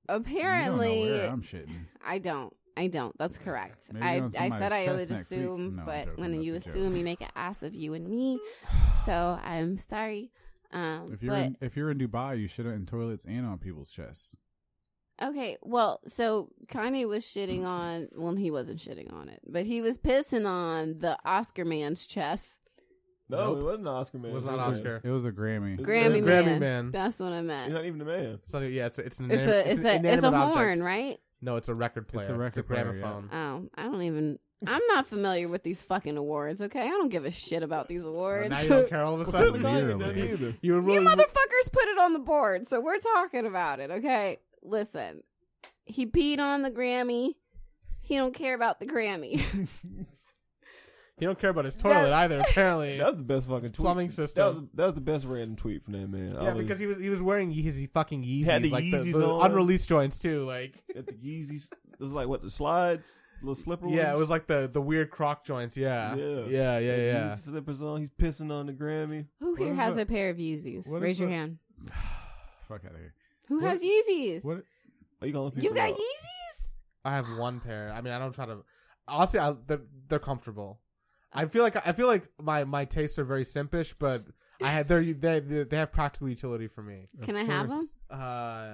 S2: apparently,
S3: you don't know where I'm shitting.
S2: I don't. I don't. That's correct.
S3: Maybe
S2: I,
S3: on
S2: I
S3: somebody's
S2: said I
S3: chest
S2: would
S3: next week.
S2: assume,
S3: No, I'm
S2: but
S3: joking.
S2: when
S3: That's
S2: you
S3: a
S2: assume,
S3: joke.
S2: you make an ass of you and me. So I'm sorry. Um,
S3: If you're
S2: but
S3: in, if you're in Dubai, you shit in toilets and on people's chests.
S2: Okay, well, so Kanye was shitting on, well, he wasn't shitting on it, but he was pissing on the Oscar man's chest.
S6: No,
S8: Nope.
S6: it wasn't an Oscar man.
S8: It was
S6: It's
S8: not
S6: just-
S8: Oscar.
S3: It was a Grammy.
S6: It's-
S2: Grammy,
S6: it's-
S8: Grammy
S2: man.
S8: man.
S2: That's what I meant.
S6: He's not even a man.
S8: It's not a- yeah, it's a, it's an
S2: it's
S8: inanimate-
S2: a, it's,
S8: an
S2: a, it's a
S8: inanimate object.
S2: horn, right?
S8: No, it's a record player.
S3: It's a record player, yeah.
S8: gramophone.
S2: Oh, I don't even, I'm not familiar with these fucking awards, okay? I don't give a shit about these awards.
S8: Now you don't care all of a
S6: Clearly
S8: sudden.
S3: Well,
S6: Kanye doesn't
S3: Literally.
S6: either.
S8: you were
S2: You
S8: really
S2: motherfuckers put it on the board, so we're talking about it, okay? Listen, he peed on the Grammy. He don't care about the Grammy.
S8: you don't care about his toilet either. Apparently,
S6: That was the best fucking tweet.
S8: Plumbing
S6: That was,
S8: system.
S6: that was the best random tweet from that man. I
S8: yeah,
S6: was
S8: because he was he was wearing his fucking Yeezys,
S6: had the
S8: like the,
S6: Yeezys
S8: the
S6: on.
S8: unreleased joints too. Like
S6: at the Yeezys. It was like what the slides, little slipper.
S8: yeah, it
S6: ones?
S8: was like the the weird croc joints. Yeah,
S6: Yeah.
S8: yeah, yeah,
S6: The
S8: yeah.
S6: Yeezy slippers on. He's pissing on the Grammy.
S2: Who here
S3: is
S2: has
S3: that-
S2: a pair of Yeezys?
S3: what
S2: Raise
S3: is
S2: your
S3: that-
S2: hand.
S3: Fuck out of here.
S2: Who
S3: What-
S2: has Yeezys?
S3: What?
S6: Are you calling people?
S2: You got
S6: out?
S2: Yeezys?
S8: I have one pair. I mean, I don't try to. Honestly, I, they're, they're comfortable. I feel like I feel like my my tastes are very simpish, but I have they're, they they they have practical utility for me.
S3: Of
S2: Can I have
S3: course-
S2: them?
S8: Uh,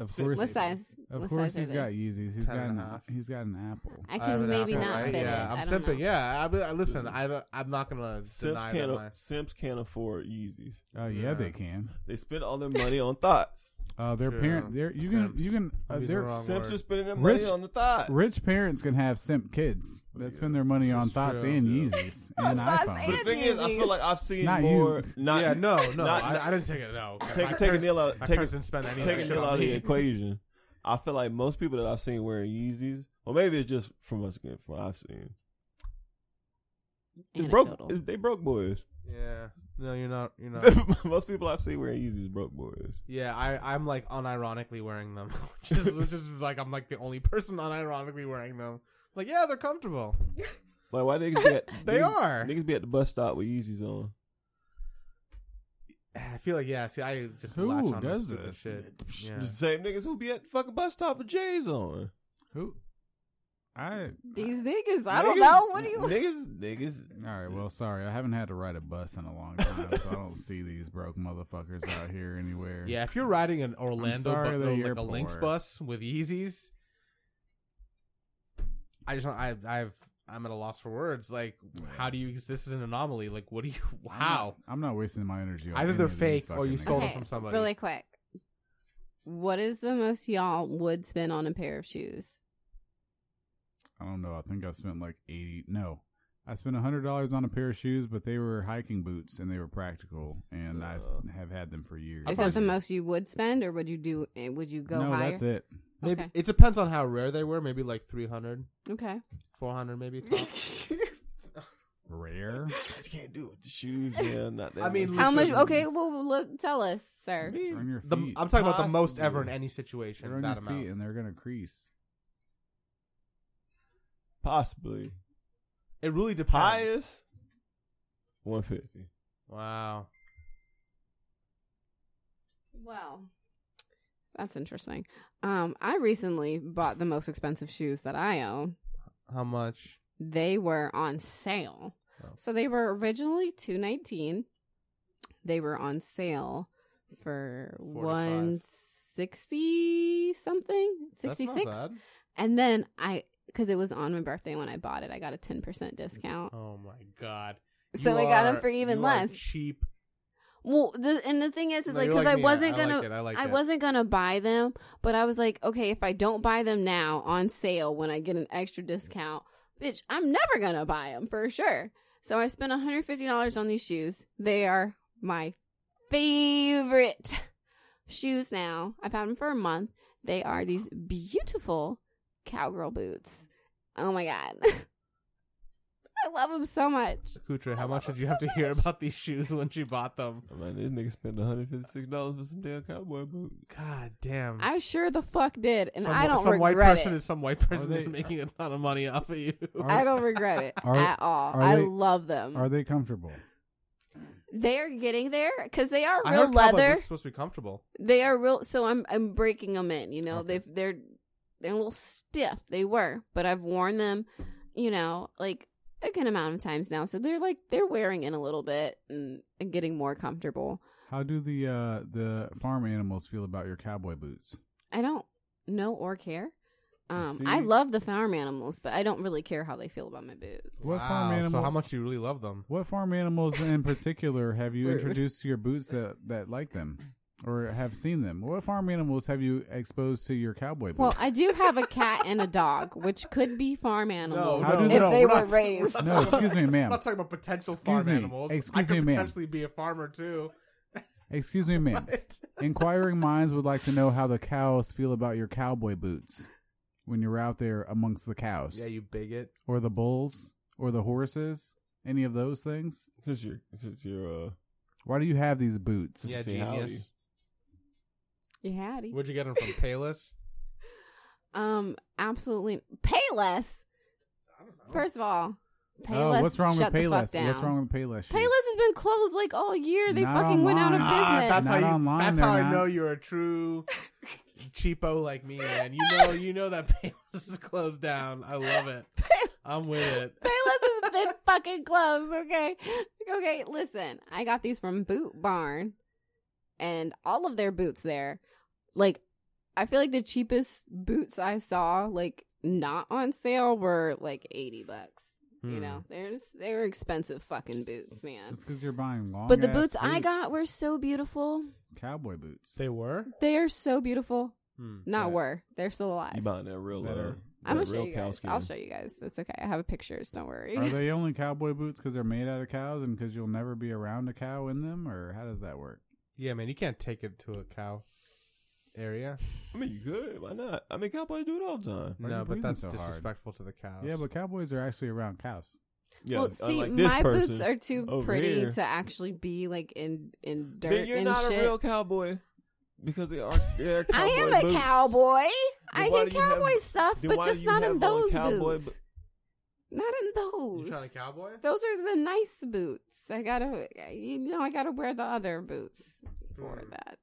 S3: Of course.
S2: What size?
S3: Of
S2: what
S3: course,
S2: size are
S3: he's
S2: they?
S3: got Yeezys. He's
S8: Ten
S3: got
S8: and
S3: an
S8: a half.
S3: he's got an apple.
S2: I
S8: have
S2: can
S8: an
S2: maybe
S8: Apple,
S2: not
S8: right?
S2: fit
S8: yeah,
S2: it.
S8: I'm
S2: I don't
S8: simping.
S2: know.
S8: Yeah, I, I-
S6: Mm.
S8: listen, I don't- I'm not gonna
S6: Simps
S8: deny
S6: can't.
S8: that.
S6: A-
S8: My,
S6: Simps can't afford Yeezys.
S3: Oh yeah,
S8: Yeah.
S3: they can.
S6: They spend all their money on thoughts.
S3: Uh, their
S8: Sure.
S3: parent, their you can
S8: Simps.
S3: you can uh,
S8: I'm using
S3: their
S8: the wrong
S6: Simps
S8: word.
S6: are spending their money
S3: Rich-
S6: on the thoughts.
S3: rich parents can have simp kids that spend their money on
S8: is
S3: thoughts
S8: true.
S3: and
S8: Yeah.
S3: Yeezys and
S2: Thoughts
S3: iPhones.
S6: But the thing is, I feel like I've seen
S3: Not you.
S6: more. Not
S8: yeah, no, no,
S6: not-
S8: I, I didn't take it. No,
S6: Take-
S8: My
S6: take a
S8: parents-
S6: nail out-
S8: My
S6: take a-
S8: parents didn't spend any of that
S6: taking
S8: shit
S6: Neil
S8: on
S6: out of the
S8: me.
S6: equation, I feel like most people that I've seen wearing Yeezys, or maybe it's just from us again, from what I've seen. It's broke,
S2: Anecdotal.
S6: it's- they broke boys.
S8: Yeah, no, you're not. You're not.
S6: most people I've seen wearing Yeezys broke boys.
S8: Yeah, I, I'm like unironically wearing them, which is, which is like I'm like the only person unironically wearing them. Like, yeah, they're comfortable.
S6: Like why niggas be at
S8: They
S6: niggas-
S8: are.
S6: niggas be at the bus stop with Yeezys on.
S8: I feel like yeah. See, I just
S3: Who
S8: latch on
S3: does
S8: stupid
S3: this?
S8: Shit. Yeah.
S6: The same niggas who be at the fucking bus stop with J's on.
S3: Who? I.
S2: These niggas, I don't
S6: Niggas-
S2: know. What do you?
S6: niggas? Niggas.
S3: All right. Well, sorry. I haven't had to ride a bus in a long time, so I don't see these broke motherfuckers out here anywhere.
S8: yeah, if you're riding an Orlando
S3: sorry
S8: bu-
S3: that
S8: or,
S3: you're
S8: like a Lynx
S3: poor.
S8: bus with Yeezys, I just don't, I I've I'm at a loss for words. Like, how do you? This is an anomaly. Like, what do you?
S3: I'm not-
S8: How?
S3: I'm not wasting my energy. on
S8: Either
S3: any
S8: they're
S3: of these
S8: fake or you
S3: fucking
S8: stole
S3: niggas.
S8: them from somebody.
S2: Really quick. What is the most y'all would spend on a pair of shoes?
S3: I don't know. I think I spent like eighty. No, I spent hundred dollars on a pair of shoes, but they were hiking boots and they were practical, and I s- have had them for years.
S2: Is that the most you would spend, or would you do? eh, Would you go
S3: no,
S2: higher?
S3: that's it.
S8: Maybe
S2: Okay.
S8: it depends on how rare they were. Maybe like 300,
S2: Okay.
S8: 400 maybe. tops.
S3: Rare.
S6: I can't do it with the shoes, man. Not that
S8: I mean,
S6: much.
S2: How much?
S8: Listen.
S2: Okay. Well, let, tell us, sir.
S6: Me,
S3: They're on your feet.
S8: The, I'm talking about the most
S6: Possibly.
S8: ever in any
S3: They're
S8: situation.
S3: on
S8: That
S3: your feet,
S8: amount.
S3: and they're gonna crease.
S6: possibly
S8: It really depends.
S6: highest one fifty.
S8: Wow.
S2: Well, that's interesting. Um, I recently bought the most expensive shoes that I own.
S8: How much?
S2: They were on sale.
S8: Oh.
S2: So they were originally 219. They were on sale for
S8: 45.
S2: 160 something,
S8: That's not
S2: 66.
S8: bad.
S2: And then I cuz it was on my birthday when I bought it, I got a 10% discount.
S8: Oh my god.
S2: So
S8: You
S2: I got 'em
S8: are-
S2: for even
S8: you are
S2: less.
S8: cheap.
S2: Well, the, and the thing is, is
S8: No,
S2: like
S8: you're
S2: 'cause
S8: like
S2: I
S8: me.
S2: wasn't
S8: I like
S2: gonna,
S8: it. I like it.
S2: wasn't gonna buy them, but I was like, okay, if I don't buy them now on sale when I get an extra discount, bitch, I'm never gonna buy them for sure. So I spent 150 dollars on these shoes. They are my favorite shoes now. I've had them for a month. They are these beautiful cowgirl boots. Oh my god. I love them so much.
S8: Kutra, how much did you have to hear about these shoes when she bought them?
S6: Man, this nigga spent one hundred fifty six dollars for some damn cowboy boots.
S8: God damn.
S2: I sure the fuck did, and
S8: some,
S2: I don't
S8: some
S2: regret
S8: white person
S2: it.
S8: is some white person
S3: Are
S8: is
S3: they-
S8: making a ton of money off of you.
S2: I don't regret it
S3: Are-
S2: at all.
S3: are
S2: I
S3: they-
S2: love
S8: Mm.
S2: them.
S3: Are they comfortable?
S2: they are getting there because they are
S8: I
S2: real
S8: heard cowboy
S2: leather.
S8: boots are supposed to be comfortable.
S2: They are real. So I'm I'm breaking them in. You know, they've they're they're a little stiff. They were, but I've worn them. You know, like a good amount of times now. So they're like they're wearing in a little bit and, and getting more comfortable.
S3: How do the uh, the farm animals feel about your cowboy boots?
S2: I don't know or care. Um,
S6: see?
S2: I love the farm animals, but I don't really care how they feel about my boots.
S3: What
S8: wow.
S3: farm animal?
S8: So how much do you really love them?
S3: What farm animals in particular have you
S2: Rude.
S3: introduced to your boots that, that like them or have seen them? What farm animals have you exposed to your cowboy boots?
S14: Well,
S2: I do have a cat and a dog, which could be farm animals
S3: no,
S2: if
S3: no,
S2: they
S8: we're
S2: were
S8: not-
S2: raised.
S3: no, excuse me,
S8: I'm
S3: ma'am.
S8: not talking about potential
S3: Excuse
S8: farm
S3: me.
S8: animals.
S3: Excuse
S8: I
S3: me,
S8: could
S3: ma'am.
S8: potentially be a farmer too.
S3: Excuse me, ma'am.
S8: What?
S3: Inquiring minds would like to know how the cows feel about your cowboy boots when you're out there amongst the cows,
S8: Yeah, you bigot.
S3: or the bulls, or the horses, any of those things.
S6: Since you're since you're uh
S3: Why do you have these boots?
S8: Yeah,
S6: See,
S8: genius.
S2: You howdy.
S8: Where'd you get them from? Payless.
S2: Um, absolutely. Payless. First of all, Payless.
S3: oh, what's wrong
S2: shut
S3: with
S2: the fuck
S3: Payless?
S2: down.
S3: What's wrong with Payless? shoes?
S2: Payless has been closed like all year. They
S3: Not
S2: fucking went out of
S3: online.
S2: business.
S3: Ah,
S8: that's
S3: Not
S8: how you,
S3: online,
S8: That's
S3: they're
S8: how I
S3: not.
S8: know you're a true cheapo like me, man. You know, you know that Payless is closed down. I love it. I'm with it.
S2: Payless has been fucking closed, okay? Okay, listen. I got these from Boot Barn and all of their boots there. Like I feel like the cheapest boots I saw like not on sale were like 80 bucks. You
S8: Hmm.
S2: know, there's they were expensive fucking boots, man.
S3: It's because you're buying long.
S2: But the
S3: ass
S2: boots, I got were so beautiful.
S3: cowboy boots.
S8: They were.
S2: They are so beautiful.
S8: Hmm.
S2: Not
S3: Right.
S2: were. They're still
S6: You
S2: alive.
S6: buying that real uh,
S3: Better.
S2: I'm
S6: that
S2: gonna show
S6: real
S2: you
S6: cow
S2: guys.
S6: skin?
S2: I'll show you guys. That's okay. I have pictures. Don't worry.
S3: Are they only cowboy boots because they're made out of cows and because you'll never be around a cow in them, or how does that work?
S8: Yeah, man, you can't take it to a cow area.
S6: I mean, you could. Why not? I mean, cowboys do it all the time.
S3: Why are you
S8: no, but
S3: breathing
S8: that's
S3: so hard?
S8: disrespectful to the cows.
S3: Yeah, but cowboys are actually around cows.
S6: Yeah,
S2: well, see,
S6: unlike this
S2: my
S6: person.
S2: boots are too
S6: over
S2: pretty
S6: here.
S2: to actually be like in in dirt
S6: Then you're
S2: and
S6: not
S2: shit.
S6: a real cowboy because they are. They're cowboy
S2: I am a
S6: boots.
S2: cowboy. I
S6: why
S2: get
S6: do you have-
S2: cowboy stuff,
S6: then
S2: but
S6: why do
S2: just
S6: you
S2: not in
S6: have on
S2: those
S6: cowboy
S2: boots.
S6: bo-
S2: not in
S8: you
S2: those.
S8: trying to cowboy?
S2: Those are the nice boots. I gotta, you know, I gotta wear the other boots for
S8: Hmm.
S2: that.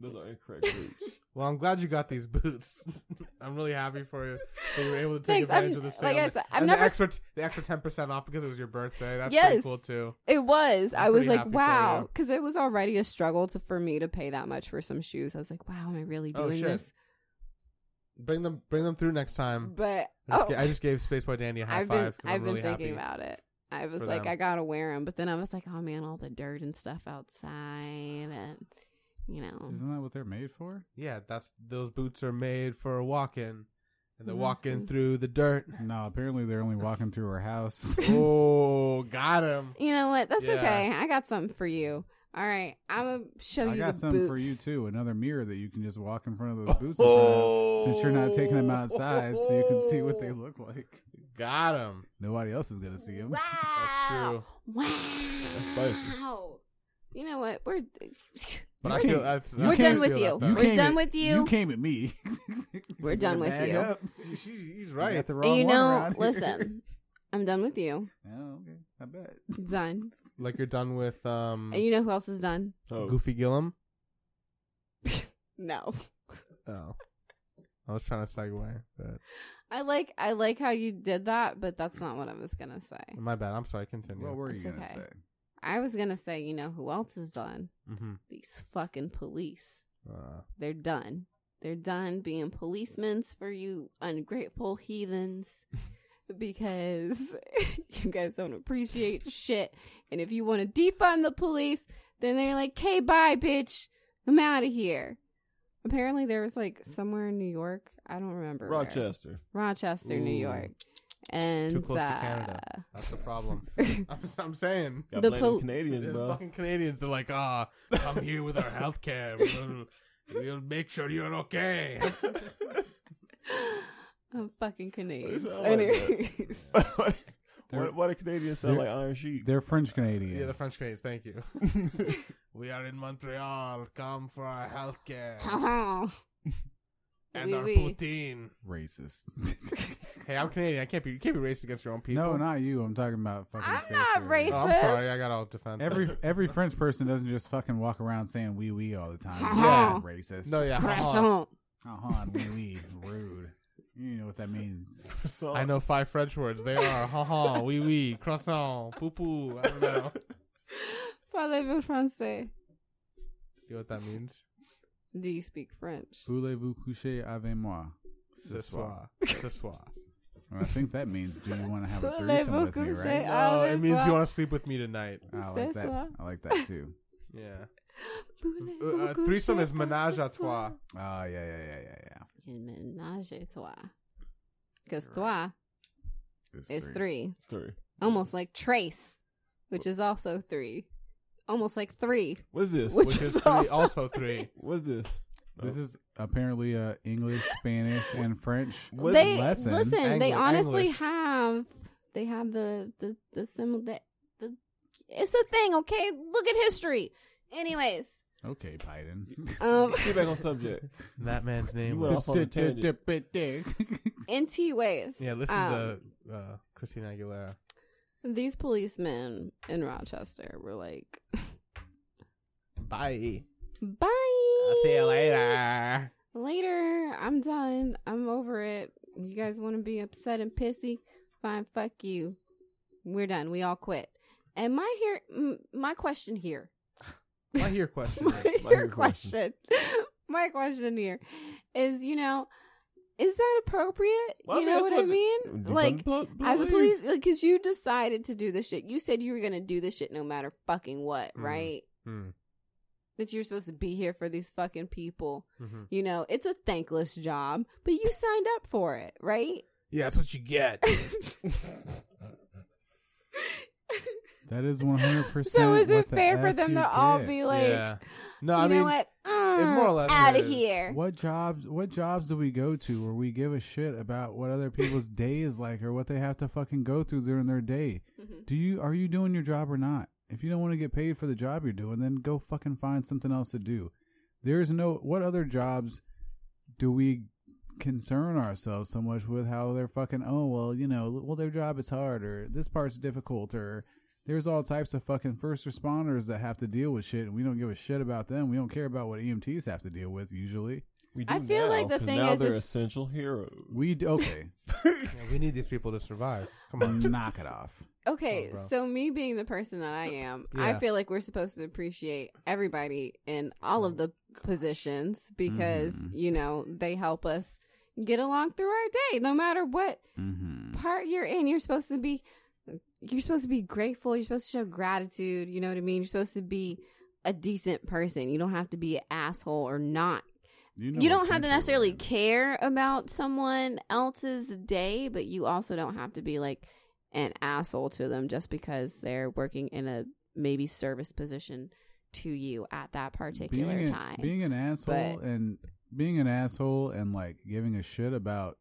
S6: Those are incorrect boots.
S8: Well, I'm glad you got these boots. I'm really happy for you that you were able to take
S2: Thanks,
S8: advantage
S2: I'm-
S8: of the sale.
S2: like I said, I'm
S8: and
S2: never-
S8: the extra t- the extra ten percent off because it was your birthday. That's
S2: Yes.
S8: pretty cool too.
S2: It was.
S8: I'm
S2: i was
S8: pretty
S2: like,
S8: happy for
S2: wow,
S8: you.
S2: because it was already a struggle to, for me to pay that much for some shoes. I was like, wow, am I really
S8: Oh,
S2: doing
S8: shit.
S2: this?
S8: Bring them bring them through next time.
S2: But
S8: I Mm. just,
S2: oh,
S8: ga- I just gave Spaceboy Dandy a high
S2: I've been
S8: five. 'cause
S2: I've
S8: I'm
S2: been
S8: really
S2: thinking
S8: happy.
S2: about it. I was
S8: for
S2: like,
S8: them.
S2: I gotta wear them, but then I was like, oh man, all the dirt and stuff outside, and you know,
S3: Isn't that what they're made for?
S8: Yeah, that's those boots are made for walking, and they're
S2: Mhm.
S8: walking through the dirt.
S3: No, apparently they're only walking through her house.
S8: oh, got him.
S2: you know what? That's
S8: Yeah.
S2: okay. I got something for you. All right, I'm gonna show
S3: I
S2: you
S3: got
S2: the
S3: something
S2: boots.
S3: for you too. Another mirror that you can just walk in front of those
S2: Oh.
S3: boots in front of, since you're not taking them outside, so you can see what they look like.
S8: Got him.
S3: Nobody else is gonna see them.
S2: Wow.
S8: true.
S2: Wow.
S6: spicy.
S2: You know what? We're
S8: But
S3: You
S8: I
S3: can't-
S8: feel that's,
S3: you
S8: that's
S2: we're
S3: can't
S2: done with
S8: feel
S2: you.
S8: that, though.
S3: You
S2: We're
S3: came
S2: done
S3: at-
S2: with you.
S3: You came at me.
S2: We're done with
S3: Back
S2: you.
S3: up.
S8: She- she- he's
S3: You
S8: right.
S3: got the wrong
S2: and you
S3: one
S2: know,
S3: around here.
S2: listen, I'm done with you.
S3: Oh, okay. I bet.
S2: Done.
S8: Like you're done with
S3: Hmm.
S8: um
S2: And you know who else is done?
S6: Oh,
S8: Goofy Gillum.
S2: No.
S8: Oh, I was trying to segue, but
S2: I like I like how you did that, but that's not what I was gonna say.
S8: my bad. I'm sorry. Continue.
S3: What were you
S2: It's
S3: gonna
S2: okay.
S3: say?
S2: I was gonna say, you know who else is done?
S8: mm-hmm.
S2: These fucking police.
S8: uh,
S2: They're done. They're done being policemen for you ungrateful heathens because you guys don't appreciate shit. And if you want to defund the police, then they're like, hey, bye, bitch. I'm out of here. Apparently, there was like somewhere in New York. I don't remember. where.
S6: Rochester.
S2: Rochester, New
S6: Ooh.
S2: York. and
S8: Too close
S2: uh,
S8: to Canada. That's the problem. I'm, I'm saying
S6: Gotta The blame the pol- Canadians,
S8: It's
S6: bro.
S8: Fucking Canadians. They're like, ah, come here with our health care. We'll, we'll make sure you're okay.
S9: I'm fucking Canadians.
S6: sound like
S9: Anyways.
S6: Why, why do Canadians sound
S3: They're-
S6: like Iron Sheik?
S3: They're French Canadian.
S8: yeah, the French Canadians. Thank you. we are in Montreal. Come for our health care and
S2: Oui,
S8: our
S2: oui.
S8: poutine.
S3: Racist.
S8: Hey, I'm Canadian. I can't be. You can't be racist against your own people.
S3: No, not you. I'm talking about fucking.
S2: I'm
S3: space
S2: not
S3: raiders.
S8: Oh, I'm sorry. I got all defensive.
S3: Every every French person doesn't just fucking walk around saying wee wee all the time.
S2: Yeah.
S3: Yeah, racist.
S8: no, yeah. haha.
S2: Croissant.
S3: uh-huh, wee wee, rude. You know what that means.
S6: So-
S8: I know five French words. They are ha ha, wee wee, croissant, poo poo. I don't know.
S2: Parlez-vous français?
S8: You know what that means?
S9: Do you speak French?
S3: Voulez-vous coucher avec moi ce soir?
S8: Ce soir.
S3: And I think that means, do you want to have a threesome
S2: Voulez-vous
S3: with me,
S2: coucher
S3: right?
S8: No, it
S2: avec
S8: means you
S2: moi?
S8: want to sleep with me tonight.
S3: I like
S2: ce soir?
S3: that. I like that too.
S8: Yeah.
S2: Voulez-vous
S8: Uh, threesome is
S2: coucher
S8: menage à
S2: avec
S8: trois.
S2: moi?
S3: Oh yeah, yeah, yeah, yeah, yeah.
S2: And Menage à trois. Because trois is three.
S6: Story.
S2: Almost like trace, which is also three. Almost like three.
S6: What's this?
S2: Which
S8: Which
S2: is
S8: is three,
S2: also
S8: also three.
S6: What's this?
S3: This is apparently uh, English, Spanish, and French
S2: they
S3: lesson.
S2: listen. they
S8: Angli-
S2: honestly
S8: English.
S2: have. They have the the the symbol that the. It's a thing, okay. Look at history. Anyways,
S3: Okay, Biden.
S2: um,
S6: Get back on subject.
S8: That man's
S6: You
S8: name
S6: went off on a tangent.
S2: NT ways.
S8: Yeah, listen
S2: um,
S8: to uh, Christina Aguilera.
S2: These policemen in Rochester were like,
S8: Bye.
S2: "Bye."
S8: See you later.
S2: Later. I'm done. I'm over it. You guys want to be upset and pissy? Fine. Fuck you. We're done. We all quit. And my here, m- my question here
S8: My here question.
S2: my,
S8: is-
S2: your question. my question here is, you know, is that appropriate?
S6: Well, I
S2: you
S6: mean,
S2: know
S6: that's
S2: what I
S6: what-
S2: mean?
S6: Defund
S2: Like,
S6: pl-
S2: as a police, because you decided to do this shit. You said you were going to do this shit no matter fucking what,
S8: Mhm.
S2: right?
S8: Hmm.
S2: That you're supposed to be here for these fucking people.
S8: Mhm.
S2: You know, it's a thankless job, but you signed up for it, right?
S8: Yeah, that's what you get.
S3: That is one hundred percent.
S2: So is it fair for them to all be like,
S8: yeah. No,
S2: you
S8: I
S2: know
S8: mean,
S2: what?
S8: more or less
S2: out of
S8: is.
S2: here.
S3: What jobs? What jobs do we go to where we give a shit about what other people's day is like or what they have to fucking go through during their day? Do you are you doing your job or not? If you don't want to get paid for the job you're doing, then go fucking find something else to do. There's no what other jobs do we concern ourselves so much with how they're fucking oh well you know well their job is hard or this part's difficult or there's all types of fucking first responders that have to deal with shit and we don't give a shit about them we don't care about what EMTs have to deal with usually
S6: We
S2: I
S6: do
S2: feel
S6: now,
S2: like the
S6: 'cause
S2: thing
S6: now
S2: is-
S6: they're
S2: is-
S6: essential heroes.
S3: we d- okay
S8: Yeah, we need these people to survive. Come on.
S3: knock it off
S2: Okay,
S8: Oh, bro.
S2: so me being the person that I am, I
S8: Yeah.
S2: feel like we're supposed to appreciate everybody in all of the positions because,
S8: Mm-hmm.
S3: Mhm.
S2: you know, they help us get along through our day. No matter what
S3: mm-hmm.
S2: part you're in, you're supposed to be you're supposed to be grateful, you're supposed to show gratitude, you know what I mean? You're supposed to be a decent person. You don't have to be an asshole or not
S3: know
S2: you
S3: what
S2: don't have to
S3: country
S2: necessarily
S3: we're in.
S2: care about someone else's day, but you also don't have to be like an asshole to them just because they're working in a maybe service position to you at that particular
S3: being a-
S2: time.
S3: being an asshole
S2: But-
S3: and being an asshole and like giving a shit about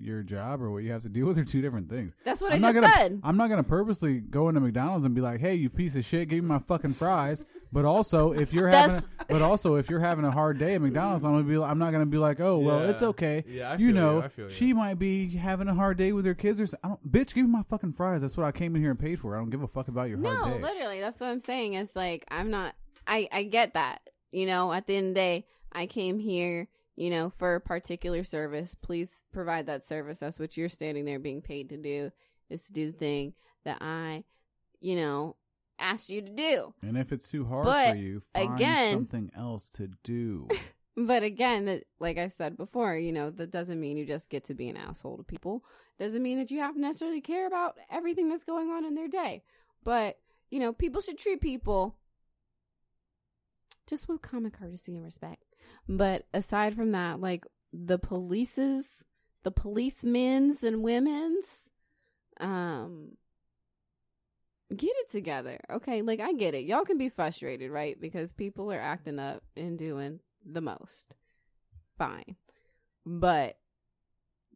S3: your job or what you have to deal with are two different things
S2: That's what
S3: I'm
S2: I
S3: not
S2: just
S3: gonna,
S2: said.
S3: I'm not gonna purposely go into McDonald's and be like, "Hey, you piece of shit, give me my fucking fries." But also, if you're
S2: That's-
S3: having, but also if you're having a hard day at McDonald's, I'm gonna be, I'm not gonna be like, "Oh, well,
S8: Yeah.
S3: it's okay."
S8: Yeah, I
S3: you
S8: feel
S3: know,
S8: you, I feel you.
S3: she might be having a hard day with her kids or something. I don't, bitch, give me my fucking fries. That's what I came in here and paid for. I don't give a fuck about your
S2: no,
S3: hard day.
S2: literally, that's what I'm saying. Is like I'm not. I I get that. You know, at the end of the day, I came here. You know, for a particular service. Please provide that service. That's what you're standing there being paid to do. Is to do the thing that I, you know, asked you to do.
S3: and if it's too hard
S2: But,
S3: for you, find
S2: again-
S3: something else to do.
S2: But again, that like I said before, you know, that doesn't mean you just get to be an asshole to people. Doesn't mean that you have to necessarily care about everything that's going on in their day. But, you know, people should treat people just with common courtesy and respect. But aside from that, like the police's the the policemen's and women's. Um, get it together, okay? Like I get it. Y'all can be frustrated, right? Because people are acting up and doing the most. Fine, but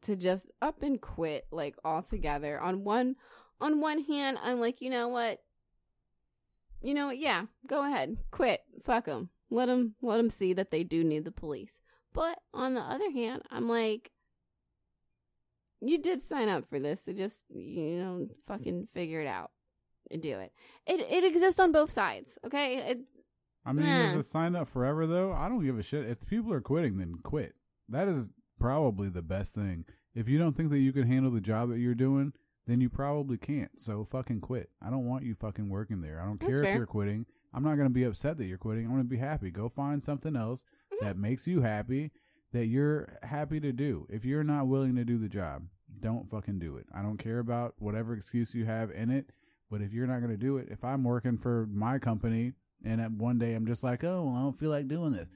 S2: to just up and quit like altogether on one on one hand i'm like you know what you know what yeah go ahead quit fuck them let them let them see that they do need the police but on the other hand i'm like you did sign up for this so just you know fucking figure it out and do it it it exists on both sides okay it,
S3: I mean,
S2: Nah.
S3: is the sign up forever though? I don't give a shit. If people are quitting, then quit. That is probably the best thing. If you don't think that you can handle the job that you're doing, then you probably can't. So fucking quit. I don't want you fucking working there. I don't
S2: That's
S3: care if
S2: fair.
S3: you're quitting. I'm not gonna be upset that you're quitting. I'm gonna be happy. Go find something else
S2: Mm-hmm.
S3: that makes you happy, that you're happy to do. If you're not willing to do the job, don't fucking do it. I don't care about whatever excuse you have in it. But if you're not going to do it, if I'm working for my company and at one day I'm just like, oh, well, I don't feel like doing this,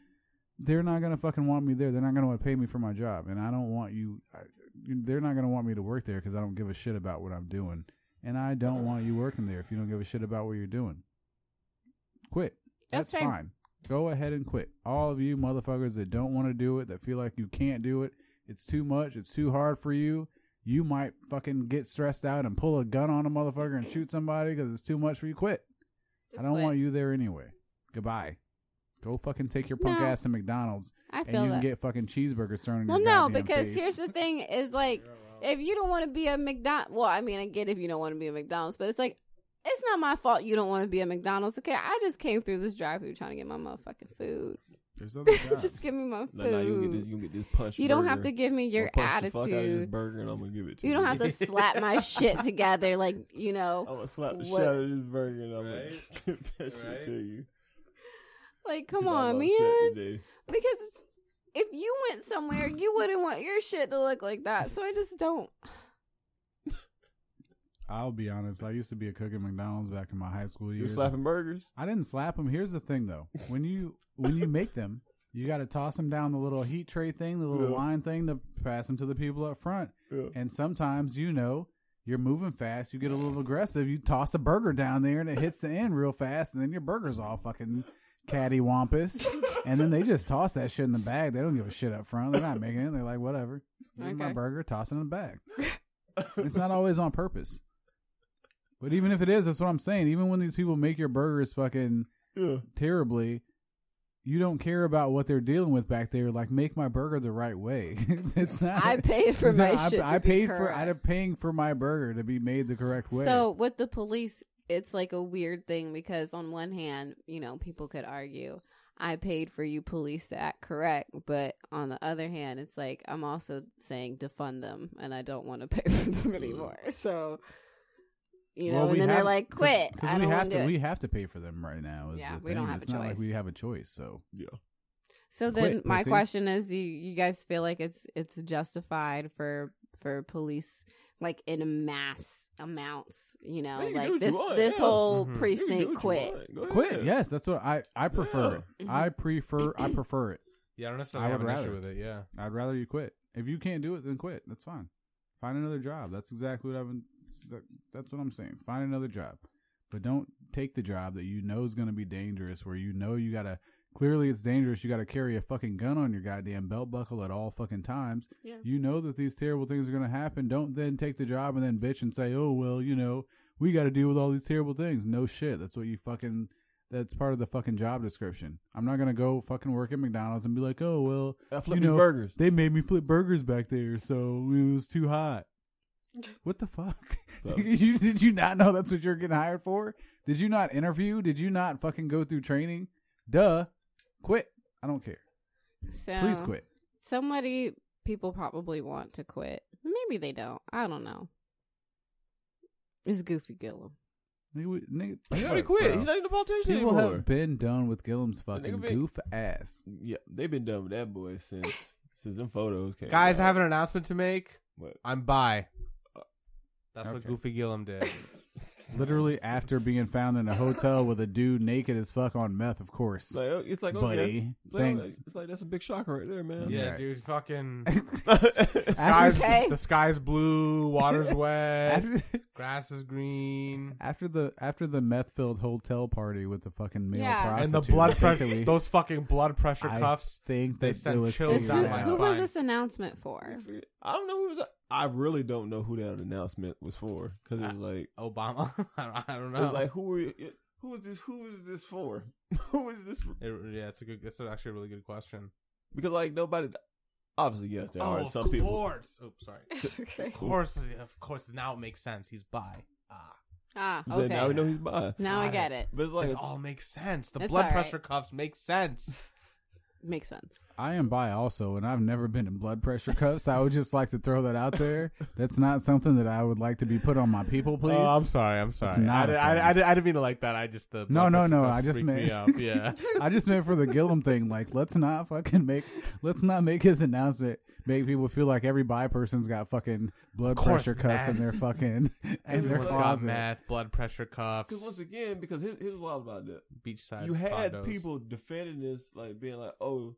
S3: they're not going to fucking want me there. They're not going to want to pay me for my job. And I don't want you, I, they're not going to want me to work there because I don't give a shit about what I'm doing. And I don't want you working there if you don't give a shit about what you're doing. Quit.
S2: That's
S3: That's,
S2: fair.
S3: fine. Go ahead and quit. All of you motherfuckers that don't want to do it, that feel like you can't do it, it's too much, it's too hard for you. You might fucking get stressed out and pull a gun on a motherfucker and shoot somebody because it's too much for you. Quit. I don't
S2: quit.
S3: want you there anyway. Goodbye. Go fucking take your punk
S2: No.
S3: ass to McDonald's
S2: I
S3: and you
S2: feel
S3: can
S2: that.
S3: get fucking cheeseburgers thrown in
S2: Well,
S3: your
S2: no,
S3: goddamn
S2: because
S3: face.
S2: here's the thing: is like, if you don't want to be a McDonald's, well, I mean, I get if you don't want to be a McDonald's, but it's like, it's not my fault you don't want to be a McDonald's. Okay, I just came through this drive-through trying to get my motherfucking food.
S3: There's other
S2: just give me my food.
S6: No, no, you can get this. You can get this punch.
S2: You don't have
S6: burger.
S2: to give me your
S6: I'll punch The fuck out of this
S2: attitude.
S6: burger, and I'm gonna give it to you.
S2: you don't have to slap my shit together, like you know,
S6: I'm gonna slap the
S2: What-
S6: shit out of this burger, and I'm gonna
S8: Right?
S6: give that shit
S8: Right?
S6: to you.
S2: like come
S6: 'Cause I'm
S2: on,
S6: upset
S2: man.
S6: today.
S2: because if you went somewhere, you wouldn't want your shit to look like that. So I just don't.
S3: I'll be honest. I used to be a cook at McDonald's back in my high school
S6: You're
S3: years.
S6: slapping burgers.
S3: I didn't slap them. Here's the thing, though. When you when you make them, you got to toss them down the little heat tray thing, the little
S6: Yeah.
S3: line thing to pass them to the people up front.
S6: Yeah.
S3: And sometimes, you know, you're moving fast, you get a little aggressive, you toss a burger down there, and it hits the end real fast, and then your burger's all fucking cattywampus. and then they just toss that shit in the bag. They don't give a shit up front. They're not making it. They're like, whatever. Here's my
S2: Okay.
S3: burger, toss it in the bag. it's not always on purpose. But even if it is, that's what I'm saying. Even when these people make your burgers fucking
S6: Yeah.
S3: terribly, you don't care about what they're dealing with back there. Like, make my burger the right way. it's not.
S2: I paid for
S3: it's
S2: my
S3: not- I,
S2: shit to
S3: I
S2: be
S3: paid for.
S2: correct.
S3: I'm paying for my burger to be made the correct way.
S2: So with the police, it's like a weird thing because on one hand, you know, people could argue, I paid for you police to act correct, but on the other hand, it's like I'm also saying defund them and I don't want to pay for them anymore. So you know,
S3: Well, we
S2: and then they're
S3: have-
S2: like,
S3: cause-
S2: "Quit!
S3: cause
S2: I
S3: we
S2: don't
S3: have
S2: want
S3: to.
S2: to." Do
S3: We
S2: it.
S3: have to pay for them right now. Is
S2: Yeah,
S3: the
S2: we don't
S3: thing.
S2: have a
S3: it's not like
S2: choice.
S3: we have a choice. So
S6: Yeah.
S2: So
S3: Quit,
S2: then, my
S3: pussy.
S2: question is: Do you, you guys feel like it's it's justified for for police, like in a mass amounts? You know,
S6: Yeah, you do
S2: like
S6: what
S2: this
S6: you want,
S2: this
S6: yeah.
S2: whole
S8: Mhm. You can
S6: You can do what
S2: precinct
S6: you
S2: quit.
S6: want. Go
S3: quit.
S6: ahead.
S3: Yes, that's what I. I prefer.
S2: Yeah.
S3: it. I prefer. I prefer it.
S8: Yeah, I don't necessarily
S3: I
S8: have
S3: would
S8: an
S3: rather.
S8: issue with it. Yeah.
S3: I'd rather you quit. If you can't do it, then quit. That's fine. Find another job. That's exactly what I've been. That's what I'm saying. Find another job, but don't take the job that you know is going to be dangerous. Where you know you gotta. Clearly, it's dangerous. You gotta carry a fucking gun on your goddamn belt buckle at all fucking times.
S2: Yeah.
S3: You know that these terrible things are going to happen. Don't then take the job and then bitch and say, "Oh well, you know, we got to deal with all these terrible things." No shit. That's what you fucking. That's part of the fucking job description. I'm not gonna go fucking work at McDonald's and be like, "Oh well,
S6: I flip
S3: you
S6: these
S3: know,
S6: burgers.
S3: they made me flip burgers back there, so it was too hot." What the fuck?
S6: So-
S3: you, did you not know that's what you're getting hired for? Did you not interview? Did you not fucking go through training? Duh, quit. I don't care.
S2: So
S3: Please quit.
S2: Somebody people probably want to quit. Maybe they don't. I don't know. It's Goofy Gillum.
S3: Nigga, we- nigga,
S6: He already
S3: fuck,
S6: quit.
S3: bro.
S6: He's not even a politician
S3: People
S6: anymore.
S3: have been done with Gillum's fucking
S6: nigga been-
S3: goof ass.
S6: Yeah, they've been done with that boy since since them photos came.
S8: Guys,
S6: out.
S8: I have an announcement to make.
S6: What?
S8: I'm bi. That's what
S3: Okay.
S8: Goofy Gillum did.
S3: Literally after being found in a hotel with a dude naked as fuck on meth, of course.
S6: Like, oh, it's like okay,
S3: buddy,
S6: It's like, oh,
S3: thanks.
S6: it's like that's a big shocker right there, man.
S8: Yeah,
S3: Right.
S8: dude, fucking the sky's
S7: Okay.
S8: the sky's blue, water's wet,
S3: After,
S8: grass is green,
S3: after the after the meth filled hotel party with the fucking male
S2: Yeah.
S3: prostitute,
S8: and the blood
S3: I think that
S8: pressure,
S3: we-
S8: those fucking blood pressure
S3: I
S8: cuffs.
S3: think
S8: they
S3: that
S8: sent
S3: it was
S8: chills
S2: This,
S3: figured
S2: who,
S8: down
S3: out.
S8: my
S2: who was
S8: spine.
S2: this announcement for?
S6: I don't know. Who was I really don't know who that announcement was for because it was like,
S8: Obama. I don't
S6: it
S8: know.
S6: was like who were you, who is this? Who is this for? who is this? For?
S8: It- yeah, it's a good. It's actually a really good question.
S6: Because like nobody. Obviously, yes, there are some people.
S8: Oh, course. Oh, sorry.
S2: okay.
S8: Of course, of course. Now it makes sense. He's bi. Ah,
S2: Ah,
S6: So
S2: okay.
S6: Now we know he's bi.
S2: Now I
S8: Got
S2: get it.
S6: But it's like
S8: this all makes sense. The
S2: It's
S8: blood
S2: all right.
S8: pressure cuffs make sense.
S2: Makes sense.
S3: I am bi also, and I've never been in blood pressure cuffs. I would just like to throw that out there. That's not something that I would like to be put on my people, please.
S8: Oh, I'm sorry. I'm sorry.
S3: not
S8: I,
S3: a
S8: I,
S3: thing.
S8: I, I didn't mean to like that. I just the
S3: No,
S8: blood
S3: no,
S8: pressure
S3: no,
S8: cuffs
S3: I just
S8: freaked me
S3: meant-
S8: up. Yeah.
S3: I just meant for the Gillum thing. Like, let's not fucking make, let's not make his announcement make people feel like every bi person's got fucking blood
S8: Of course,
S3: pressure cuffs in
S8: man.
S3: their fucking in their
S8: Everyone's got
S3: closet.
S8: meth, blood pressure cuffs,
S6: because once again, because here's, here's what I was about that.
S8: beachside.
S6: you had
S8: condos.
S6: people defending this, like being like, "Oh,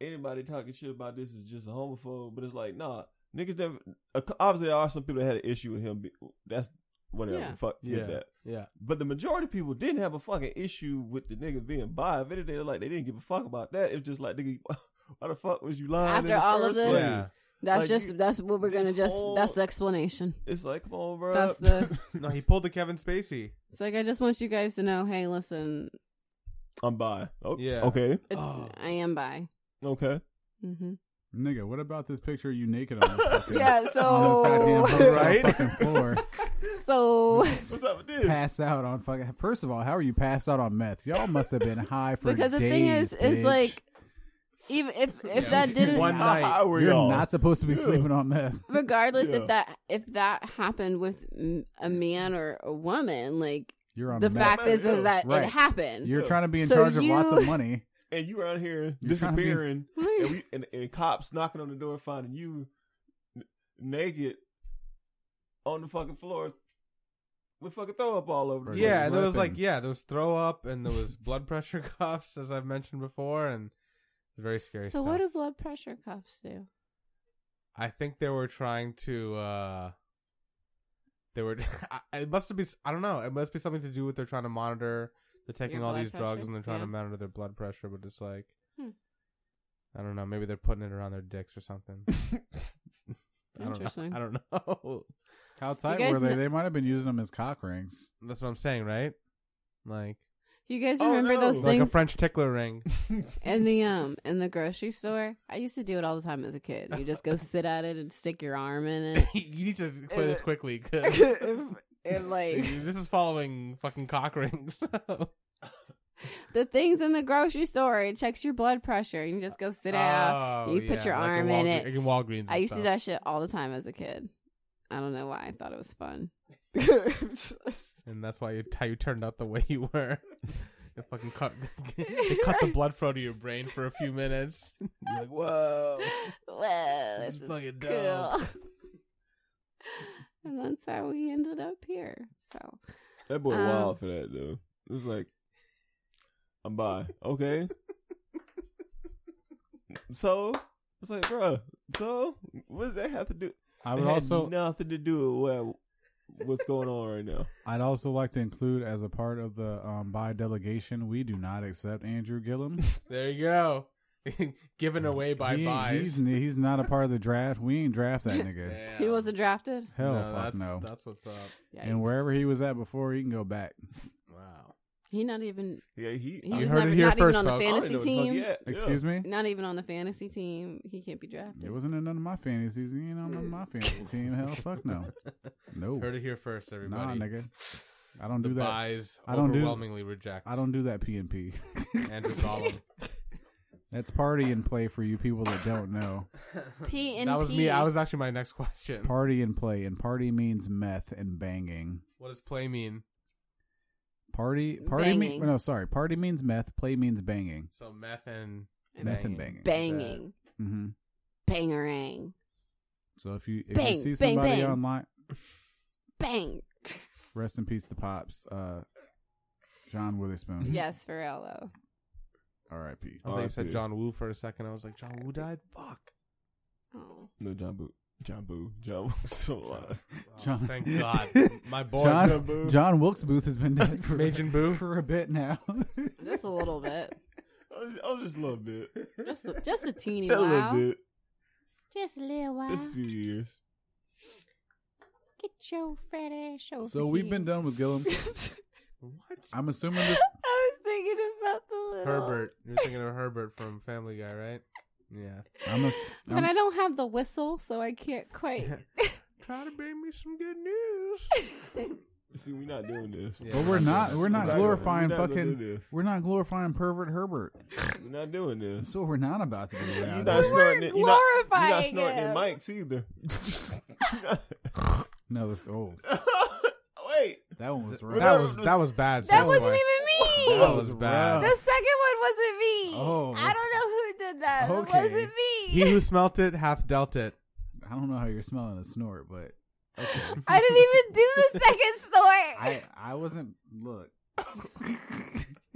S6: anybody talking shit about this is just a homophobe," but it's like, nah, niggas never. uh, Obviously, there are some people that had an issue with him. be- That's whatever.
S2: Yeah.
S6: Fuck
S8: Yeah.
S6: yeah. that.
S8: Yeah.
S6: But the majority of people didn't have a fucking issue with the nigga being bi. If anything, like they didn't give a fuck about that. It's just like, nigga, why the fuck was you lying? in
S2: After
S6: the
S2: all of
S6: first
S2: this?
S6: place?
S8: Yeah.
S2: That's
S6: Like,
S2: just
S6: you-
S2: that's what we're gonna
S6: this
S2: just
S6: whole-
S2: that's the explanation.
S6: It's like, come on, bro.
S2: That's the.
S8: No, he pulled the Kevin Spacey.
S2: It's like I just want you guys to know. Hey, listen,
S6: I'm bi. Oh,
S8: Yeah.
S6: yeah. Okay.
S2: it's,
S3: Oh.
S2: I am bi.
S6: Okay.
S2: hmm
S3: Nigga, what about this picture of you naked on the fucking,
S2: Yeah.
S3: on this goddamn
S2: So
S3: hotel
S8: Right?
S3: fucking floor?
S2: so
S6: What's up with this?
S3: Passed out on fucking. First of all, how are you passed out on meth? Y'all must have been high for
S2: because the
S3: days,
S2: thing is,
S3: bitch.
S2: is like even if if that didn't
S8: One
S6: How
S8: night.
S6: high were
S3: You're
S6: y'all?
S3: not supposed to be sleeping on meth.
S2: regardless if
S6: Yeah.
S2: that if that happened with m- a man or a woman like
S3: You're on
S2: the
S3: meth.
S2: fact is,
S6: Yeah.
S2: is that
S3: Right.
S2: it happened
S3: You're trying to be in
S2: So
S3: charge of lots of
S2: you-
S3: money.
S6: and you out here
S3: You're trying to be-
S6: disappearing, and, we, and, and cops knocking on the door, finding you n- naked on the fucking floor with fucking throw up all over. the place.
S8: Yeah, and there was like
S3: Slipping.
S8: yeah, there was throw up and there was blood pressure cuffs, as I've mentioned before, and very scary.
S2: so
S8: stuff.
S2: what do blood pressure cuffs do
S8: I think they were trying to. uh They were. I- it must be. I don't know. It must be something to do with they're trying to monitor. They're taking
S2: Your
S8: all
S2: blood
S8: these drugs
S2: pressure?
S8: and they're trying
S2: Yeah.
S8: to monitor their blood pressure, but it's like.
S2: Hmm.
S8: I don't know. Maybe they're putting it around their dicks or something. I don't
S2: Interesting.
S8: know. I don't know.
S3: How tight
S2: guys
S3: were they?
S2: kn-
S3: they might have been using them as cock rings.
S8: That's what I'm saying, right? Like,
S2: you guys
S6: Oh,
S2: remember
S6: no.
S2: those
S8: like a
S2: things
S8: French tickler ring.
S2: in the um in the grocery store i used to do it all the time as a kid you just go sit at it and stick your arm in
S8: you need to explain this quickly because
S2: it and like
S8: this is following fucking cock rings.
S2: the things in the grocery store it checks your blood pressure you just go sit down
S8: Oh,
S2: You put your
S8: like a
S2: arm in
S8: Walgre-
S2: it.
S8: like a Walgreens. and
S2: I used to do
S8: stuff.
S2: that shit all the time as a kid. I don't know why. I thought it was fun. Just-
S8: and that's why you how you turned out the way you were. They fucking cut, they cut the blood flow to your brain for a few minutes. You're like, whoa,
S2: Whoa,
S8: this
S2: this
S8: is
S2: is
S8: fucking dope.
S2: cool. and that's how we ended up here. So
S6: that boy
S2: Um,
S6: wild for that though. It's like I'm by. Okay. so it's like, bro. So what does that have to do?
S3: I would
S6: it had
S3: also,
S6: nothing to do with what- what's going on right now.
S3: I'd also like to include as a part of the um, by delegation, we do not accept Andrew Gillum.
S8: There you go. Given away by
S3: He- he's
S8: buys.
S3: he's not a part of the draft. We ain't draft that nigga.
S8: Damn.
S2: he wasn't drafted.
S3: Hell,
S8: No,
S3: fuck
S8: that's,
S3: no.
S8: That's what's up.
S3: And
S2: Yikes.
S3: wherever he was at before, he can go back.
S8: Wow.
S2: he not even
S6: Yeah, he.
S2: he
S8: You
S2: was
S8: heard
S2: never,
S8: it here
S2: not
S8: first,
S2: even on the
S8: folks. I
S2: fantasy team.
S3: Excuse me.
S2: Not even on the fantasy team. He can't be drafted.
S3: It wasn't in none of my fantasies. He ain't on none of my fantasy team. Hell, fuck no. No.
S8: Heard it here first,
S3: Nah,
S8: everybody.
S3: nigga. I don't
S8: the
S3: do that.
S8: buys
S3: I don't do-
S8: overwhelmingly reject.
S3: I don't do that P and P.
S8: Andrew Gollum.
S3: That's party and play for you people that don't know.
S2: P and
S8: that was
S2: P.
S8: me. I was actually my next question.
S3: Party and play, and party means meth and banging.
S8: what does play mean?
S3: Party, party mean
S2: Banging.
S3: no, sorry. Party means meth. Play means banging.
S8: So meth and
S3: Meth and banging.
S2: banging,
S3: hmm
S2: bangerang,
S3: So if you if
S2: Bang,
S3: you see
S2: bang,
S3: somebody
S2: bang.
S3: online,
S2: bang.
S3: Rest in peace, the pops. Uh, John Witherspoon.
S2: yes, for real though.
S3: R.I.P.
S8: I think you said
S6: R.I.P..
S8: John Woo for a second. I was like, John Woo died. Fuck.
S2: Oh.
S6: No, John Boo. John Boo. John Boo. So uh, alive.
S3: John.
S8: Oh, thank God. My boy, John Boo.
S3: John, John Wilkes Booth has been dead for,
S8: Majin Boo.
S3: for a bit now.
S2: Just a little bit.
S6: I was- I was Oh, just a little bit.
S2: Just a, just a teeny
S6: A little
S2: while.
S6: bit.
S2: Just a little while.
S6: It's a few years.
S2: Get your fat ass over
S3: so we've been
S2: here.
S3: done with Gillum.
S8: What?
S3: I'm assuming this.
S2: I was thinking about the little
S8: Herbert. You're thinking of Herbert from Family Guy, right? Yeah.
S3: I'm ass-
S2: But I
S3: I'm-
S2: don't have the whistle, so I can't quite.
S8: Try to bring me some good news.
S6: See, we're not doing this.
S8: Yeah.
S3: but we're not. We're not
S6: doing-
S3: glorifying
S6: we're not gonna do
S3: fucking.
S6: this.
S3: We're not glorifying pervert Herbert.
S6: We're not doing this.
S3: That's what we're not about to do.
S6: You're
S3: out
S6: not
S3: here.
S6: snorting it. You're not, you're not
S2: glorifying
S6: snorting
S2: him.
S6: in mics either.
S3: No, that's oh,
S6: Wait.
S3: that one was rough.
S8: That was that was bad.
S2: That
S8: Spencer.
S2: wasn't even me.
S8: That was bad.
S2: The second one wasn't me.
S3: Oh.
S2: I don't know who did that.
S3: Okay.
S2: It wasn't me.
S8: He who smelt it hath dealt it.
S3: I don't know how you're smelling a snort, but
S2: I didn't even do the second story.
S3: I I wasn't. Look,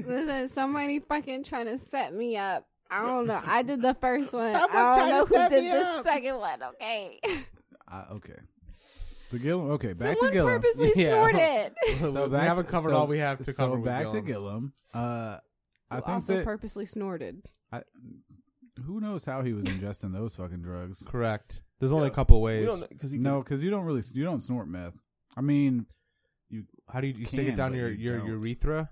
S2: Listen, somebody fucking trying to set me up. I don't know. I did the first one. I don't know who did the second one. Okay.
S3: I, okay. The Gillum. Okay, back
S2: Someone
S3: to Gillum.
S2: purposely
S8: Yeah.
S2: snorted.
S8: we haven't covered
S3: so-
S8: all we have to
S3: so
S8: cover.
S3: back
S8: with
S3: to
S8: Gillum.
S3: Gillum. Uh, I think
S2: also
S3: that
S2: purposely snorted.
S3: who knows how he was ingesting those fucking drugs.
S8: Correct. There's only a
S6: Yeah.
S8: couple
S6: We
S8: ways.
S6: don't because he
S3: No, because you don't really you don't snort meth. I mean,
S8: How do you, you stick
S3: Can,
S8: it down
S3: but
S8: your
S3: you
S8: your
S3: don't.
S8: urethra?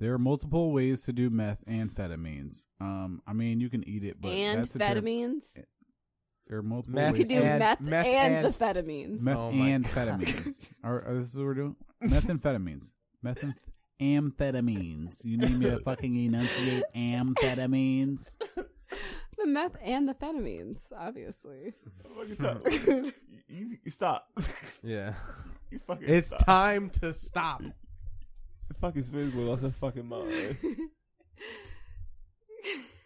S3: there are multiple ways to do meth and amphetamines. Um, I mean, you can eat it, but
S2: and
S3: that's a terri-
S2: amphetamines.
S3: there are multiple
S8: Meth
S2: You could
S3: ways.
S2: do
S8: and-
S2: meth,
S8: meth
S2: and,
S8: and-
S2: the amphetamines.
S3: Meth
S8: Oh my
S3: and amphetamines. Are, are this is what we're doing? Methamphetamines. Methan amphetamines. You need me to fucking enunciate amphetamines?
S2: The meth and the amphetamines, obviously.
S6: fucking talk. you, you, you stop.
S8: Yeah.
S6: you fucking
S8: It's
S6: stop.
S8: time to stop.
S6: Fucking Spence lost her fucking mind.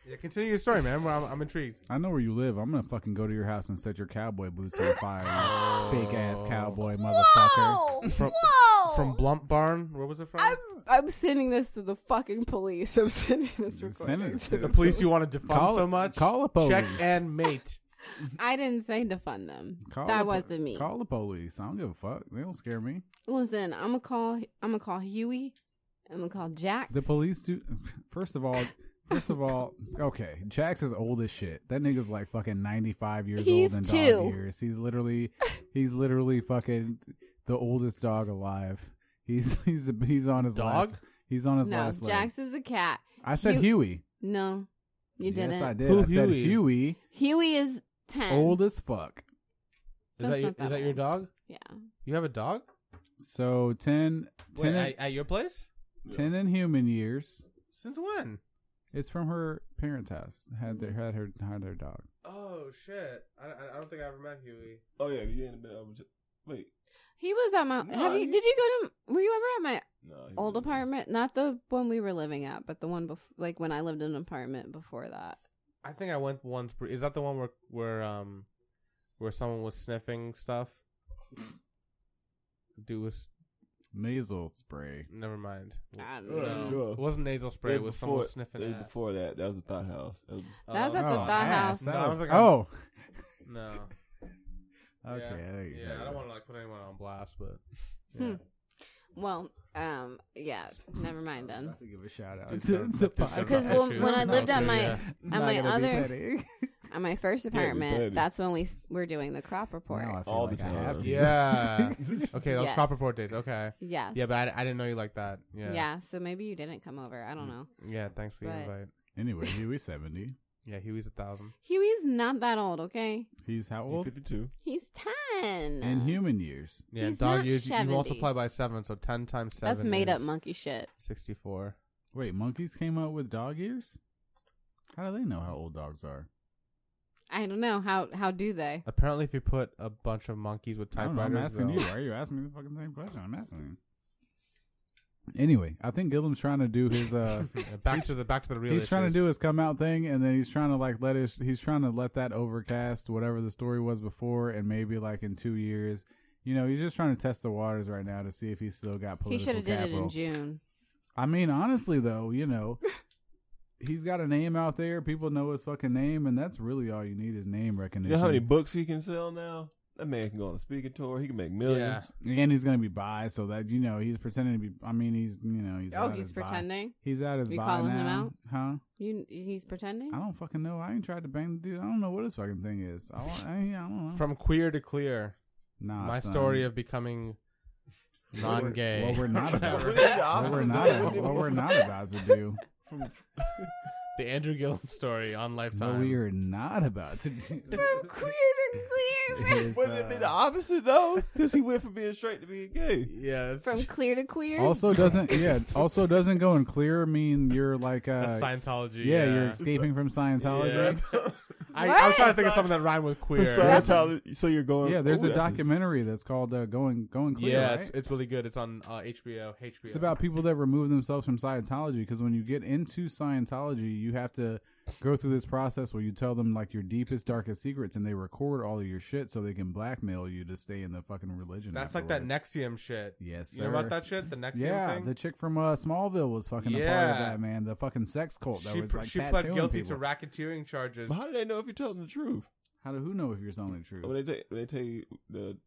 S8: Yeah, continue your story, man. I'm, I'm intrigued.
S3: I know where you live. I'm gonna fucking go to your house and set your cowboy boots on fire.
S8: Oh.
S3: You fake ass cowboy motherfucker.
S2: Whoa!
S8: From-
S2: Whoa!
S8: From Blump Barn, where was it from?
S2: I'm I'm sending this to the fucking police. I'm sending this
S3: Send
S2: recording.
S3: it to
S8: the police you want to defund
S3: Call
S8: so
S3: it-
S8: much.
S3: call the police.
S8: Check and mate.
S2: I didn't say defund them.
S3: Call
S2: that
S3: the po-
S2: wasn't me.
S3: Call the police. I don't give a fuck. They don't scare me.
S2: Listen, I'm gonna call. I'm gonna call Huey. I'm gonna call Jack.
S3: The police do. First of all, first of all, okay. Jax is old as shit. That nigga's like fucking ninety five years
S2: He's
S3: old in
S2: two.
S3: dog years. He's literally, he's literally fucking the oldest dog alive. He's he's he's on his
S8: Dog?
S3: last. He's on his
S2: no,
S3: last leg.
S2: Jax is the cat.
S3: I said
S2: Hu-
S3: Huey.
S2: No, you
S3: yes,
S2: didn't.
S3: I did.
S8: Who
S3: I said
S8: Huey?
S3: Huey,
S2: Huey is ten.
S3: old as fuck.
S8: Is
S2: That's
S8: that, your,
S2: not that
S8: is that your
S2: old.
S8: dog?
S2: Yeah.
S8: You have a dog?
S3: So 10, 10,
S8: Wait,
S3: in,
S8: at, at your place?
S3: 10 in human years.
S8: Since when?
S3: It's from her parents' house. Had their, had her had her dog.
S8: Oh shit! I, I- I don't think I ever met Huey.
S6: Oh yeah, you ain't been. I was just- Wait,
S2: He was at my. have you?
S6: he-
S2: Did you go to? Were you ever at my
S6: no. he
S2: old
S6: wasn't.
S2: apartment? Not the one we were living at, but the one before, like when I lived in an apartment before that.
S8: I think I went once. Pre- is that the one where where um where someone was sniffing stuff? Dude was
S3: Nasal spray.
S8: never mind.
S2: I don't
S6: No.
S2: know.
S6: No.
S8: It wasn't nasal spray. It was someone sniffing.
S6: it was
S8: ass.
S6: before that. That was the thought house. That was-
S8: Oh,
S2: That was at the
S8: no,
S2: Thought House.
S8: No, I
S3: that
S8: don't
S3: was-
S8: think I-
S3: oh,
S8: No.
S3: okay.
S8: Yeah.
S3: there you
S8: Yeah,
S3: go.
S8: I don't want to like put anyone on blast, but
S2: Hmm. Well, um, yeah. Never mind then.
S3: to give a shout out
S8: Dude,
S3: to
S8: that's-
S3: the
S8: that's gonna
S3: podcast.
S2: Because
S8: Not
S2: well,
S8: true.
S2: when I
S8: Not
S2: lived at
S8: true,
S2: my
S8: yeah.
S2: at my
S3: gonna be
S2: other
S3: petty.
S2: at my first
S6: be
S2: apartment,
S6: petty.
S2: that's when we s- were doing the crop report.
S3: Now I feel
S6: All
S3: like
S6: the
S3: I have
S6: time.
S3: to.
S8: yeah. okay, those
S2: Yes.
S8: cop report days. Okay.
S2: Yes.
S8: Yeah, but I, I didn't know you like that.
S2: yeah.
S8: Yeah.
S2: So maybe you didn't come over. I
S3: Mm.
S2: don't know.
S8: Yeah. Thanks for the
S2: But-
S8: invite.
S3: Anyway, Huey's seventy.
S8: Yeah, Huey's a thousand.
S2: Huey's not that old, okay?
S3: He's how
S6: he
S3: old?
S6: 52.
S2: He's ten.
S3: In human years.
S8: Yeah,
S2: He's
S8: dog
S2: not
S8: years you
S2: 70.
S8: multiply by seven, so ten times seven.
S2: That's made up
S8: is
S2: monkey shit.
S8: Sixty-four.
S3: Wait, monkeys came out with dog ears? How do they know how old dogs are?
S2: I don't know how. How do they?
S8: Apparently, if you put a bunch of monkeys with
S3: I don't know, I'm
S8: typewriters,
S3: asking you.
S8: they'll-
S3: Why are you asking me the fucking same question? I'm asking you. Anyway, I think Gillum's trying to do his uh
S8: Yeah, back to the back to the real.
S3: he's trying to
S8: issues.
S3: do his come out thing and then he's trying to like let his he's trying to let that overcast whatever the story was before and maybe like in two years You know, he's just trying to test the waters right now to see if he's still got
S2: He
S3: political
S2: should have did it
S3: capital.
S2: in June.
S3: I mean, honestly, though, you know, he's got a name out there. People know his fucking name, and that's really all you need is name
S6: You
S3: recognition.
S6: know how many books he can sell now? That man can go on a speaking tour. He can make millions.
S3: And he's gonna be bi, so that you know he's pretending to be. I mean, he's you know he's.
S2: Oh,
S3: out
S2: he's
S3: as bi.
S2: pretending?
S3: He's out as
S2: You
S3: bi
S2: calling
S3: now,
S2: him out?
S3: huh?
S2: You, he's pretending.
S3: I don't fucking know. I ain't tried to bang the dude. I don't know what his fucking thing is. I, want- I, I don't know.
S8: From queer to clear.
S3: Nah,
S8: my
S3: son.
S8: story of becoming non-gay.
S3: What we're not about.
S8: Whatever.
S3: what we're not. What we're not about to do.
S8: the Andrew Gillum story on Lifetime.
S3: What we are not about to do.
S2: From queer to
S3: clear. Is,
S6: Wouldn't it be
S3: uh,
S6: the opposite though? Because he went from being straight to being gay.
S8: Yeah, it's
S2: From clear to queer.
S3: Also doesn't yeah. Also doesn't going clear mean you're like uh,
S8: That's Scientology,
S3: Yeah,
S8: yeah.
S3: you're escaping from
S8: Yeah.
S3: Scientology.
S8: I, I was trying to think of something that rhymed with queer.
S6: Scientology. So you're
S3: Yeah,
S6: going.
S3: there's
S6: Ooh,
S3: a
S6: that's
S3: documentary that's called uh, "Going Going Clear."
S8: yeah,
S3: right?
S8: it's, it's really good. It's on uh, HBO. HBO.
S3: It's about people that remove themselves from Scientology because when you get into Scientology, you have to go through this process where you tell them like your deepest, darkest secrets, and they record all of your shit so they can blackmail you to stay in the fucking religion.
S8: That's like that
S3: afterwards.
S8: Nexium shit.
S3: Yes,
S8: You know about
S3: sir.
S8: that shit? The Nexium
S3: yeah,
S8: thing?
S3: the chick from uh, Smallville was fucking a part of
S8: Yeah.
S3: that man. The fucking sex cult that
S8: she
S3: was
S8: pr-
S3: like
S8: she pled
S3: tattooing
S8: guilty
S3: people.
S8: to racketeering charges.
S6: But how do they know if you're telling the truth?
S3: How do who know if you're telling the truth?
S6: When they take, when they tell you the.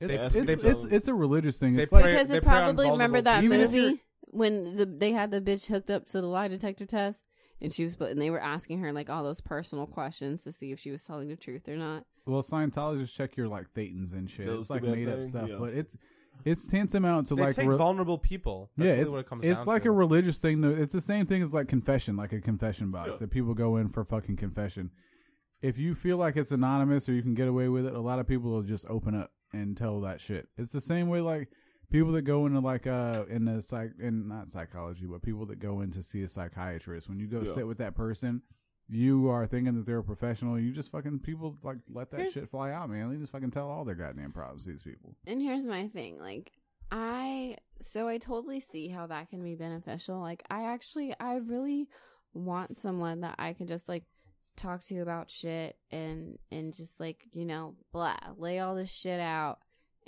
S3: It's,
S6: they
S3: it's,
S6: ask you to
S3: it's,
S6: tell
S3: it's,
S6: them.
S3: a religious thing.
S8: They
S3: It's
S8: pray-
S3: like
S2: because
S8: they
S2: it
S8: prey on
S2: probably remember
S8: vulnerable
S2: that
S3: people. Even if you're-
S2: movie when the they had the bitch hooked up to the lie detector test and she was but and they were asking her like all those personal questions to see if she was telling the truth or not.
S3: well, Scientologists check your like thetans and shit.
S6: Those
S3: It's like
S6: do that
S3: made up
S6: thing,
S3: stuff,
S6: yeah.
S3: but it's it's tantamount to
S8: they
S3: like
S8: take
S3: re-
S8: vulnerable people. That's
S3: yeah,
S8: really
S3: it's
S8: what it comes
S3: it's
S8: down
S3: like
S8: to.
S3: a religious thing. Though it's the same thing as like confession, like a confession box that people go in for fucking confession. If you feel like it's anonymous or you can get away with it, a lot of people will just open up and tell that shit. It's the same way like people that go into like uh in the psych in not psychology, but people that go in to see a psychiatrist. When you go
S6: Yeah.
S3: sit with that person, you are thinking that they're a professional. You just fucking people like let that
S2: Here's-
S3: shit fly out, man. They just fucking tell all their goddamn problems. These people.
S2: And here's my thing, like I so I totally see how that can be beneficial. Like I actually I really want someone that I can just like talk to about shit and and just like, you know, blah, lay all this shit out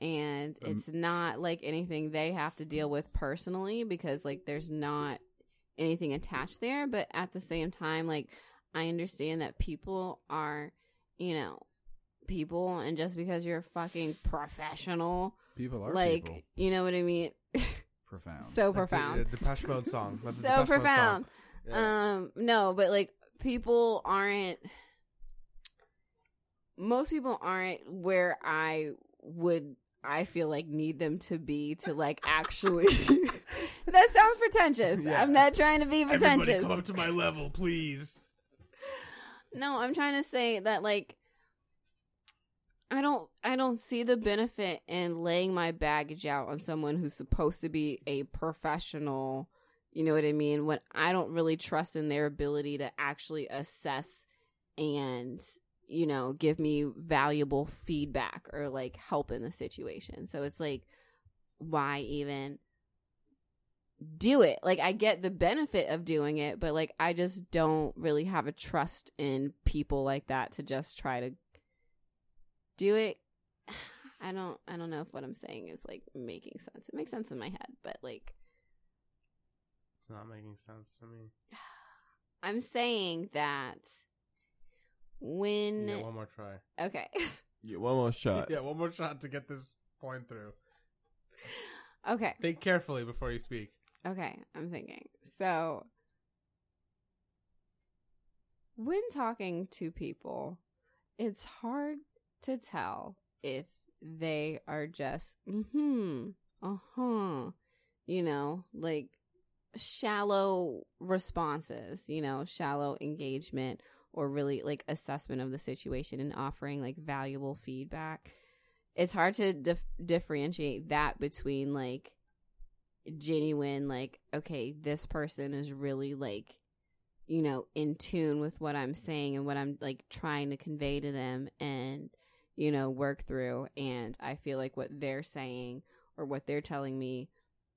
S2: and
S3: Um,
S2: it's not like anything they have to deal with personally because like there's not anything attached there, but at the same time like I understand that people are, you know, people and just because you're a fucking professional
S3: People are
S2: like
S3: people.
S2: you know what I mean?
S3: profound.
S2: so
S8: Like the- uh,
S2: profound.
S8: The Depeche Mode song. That's the Depeche
S2: so
S8: Mode song.
S2: profound.
S8: Yeah.
S2: Um no, but like people aren't most people aren't where I would I feel like need them to be to like actually That sounds pretentious. I'm not trying to be pretentious.
S15: Everybody come up to my level, please.
S2: No, I'm trying to say that like I don't I don't see the benefit in laying my baggage out on someone who's supposed to be a professional, you know what I mean, when I don't really trust in their ability to actually assess and you know, give me valuable feedback or like help in the situation. So it's like why even do it. Like I get the benefit of doing it, but like I just don't really have a trust in people like that to just try to do it. I don't I don't know if what I'm saying is like making sense. It makes sense in my head, but like
S8: It's not making sense to me.
S2: I'm saying that when
S8: Yeah, one more try.
S2: okay.
S6: Yeah, one more shot.
S8: Yeah, one more shot to get this point through.
S2: okay.
S8: Think carefully before you speak.
S2: Okay, I'm thinking. So, when talking to people, it's hard to tell if they are just, hmm, uh huh, you know, like shallow responses, you know, shallow engagement or really like assessment of the situation and offering like valuable feedback. It's hard to dif- differentiate that between like genuine like okay this person is really like you know in tune with what i'm saying and what i'm like trying to convey to them and you know work through and i feel like what they're saying or what they're telling me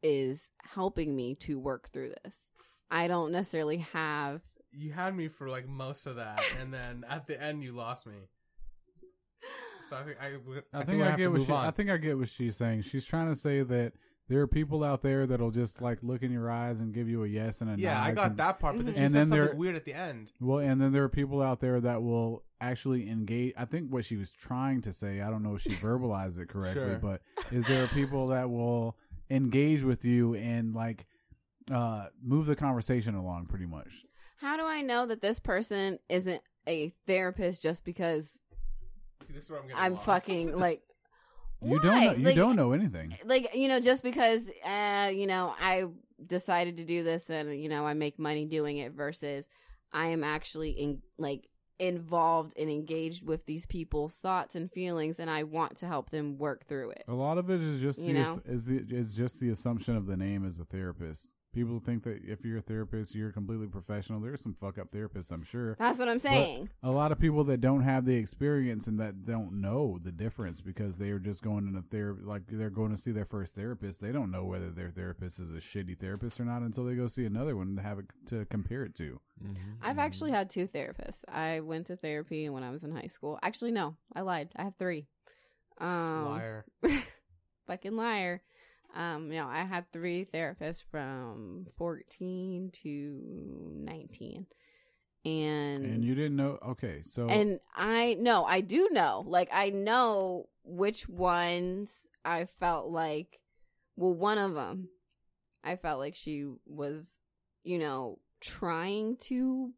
S2: is helping me to work through this i don't necessarily have
S8: You had me for like most of that, and then at the end you lost me. So I think I, would-
S3: I,
S8: I
S3: think,
S8: think I
S3: I
S8: have
S3: get
S8: to
S3: what
S8: move
S3: she, I
S8: on.
S3: think I get what she's saying. She's trying to say that there are people out there that'll just like look in your eyes and give you a yes and a
S8: Yeah, I
S3: nod
S8: got
S3: and-
S8: that part, but then she
S3: and
S8: said
S3: then
S8: something
S3: there-
S8: weird at the end.
S3: Well, and then there are people out there that will actually engage. I think what she was trying to say, I don't know if she verbalized it correctly,
S8: Sure.
S3: but is there are people that will engage with you and like uh move the conversation along pretty much.
S2: How do I know that this person isn't a therapist just because
S8: See, this is where I'm getting
S2: I'm
S8: lost.
S2: fucking like
S3: You don't know,
S2: Why?
S3: you
S2: Like-
S3: don't know anything.
S2: like you know just because uh you know I decided to do this and you know I make money doing it versus I am actually in like involved and engaged with these people's thoughts and feelings and I want to help them work through it.
S3: A lot of it is just
S2: You
S3: the, ass-
S2: know?
S3: is the is just the assumption of the name as a therapist. People think that if you're a therapist, you're completely professional. There's some fuck up therapists, I'm sure.
S2: That's what I'm
S3: But
S2: saying.
S3: a lot of people that don't have the experience and that don't know the difference because they are just going into therapy, like they're going to see their first therapist. They don't know whether their therapist is a shitty therapist or not until they go see another one to have it to compare it to.
S8: Mm-hmm.
S2: I've actually had two therapists. I went to therapy when I was in high school. Actually, no, I lied. I had three. Um,
S8: Mm-hmm. Liar.
S2: fucking liar. Um, no, I had three therapists from 14 to 19. And
S3: And you didn't know, okay, so
S2: and I no, I do know. Like I know which ones I felt like. Well, one of them, I felt like she was, you know, trying to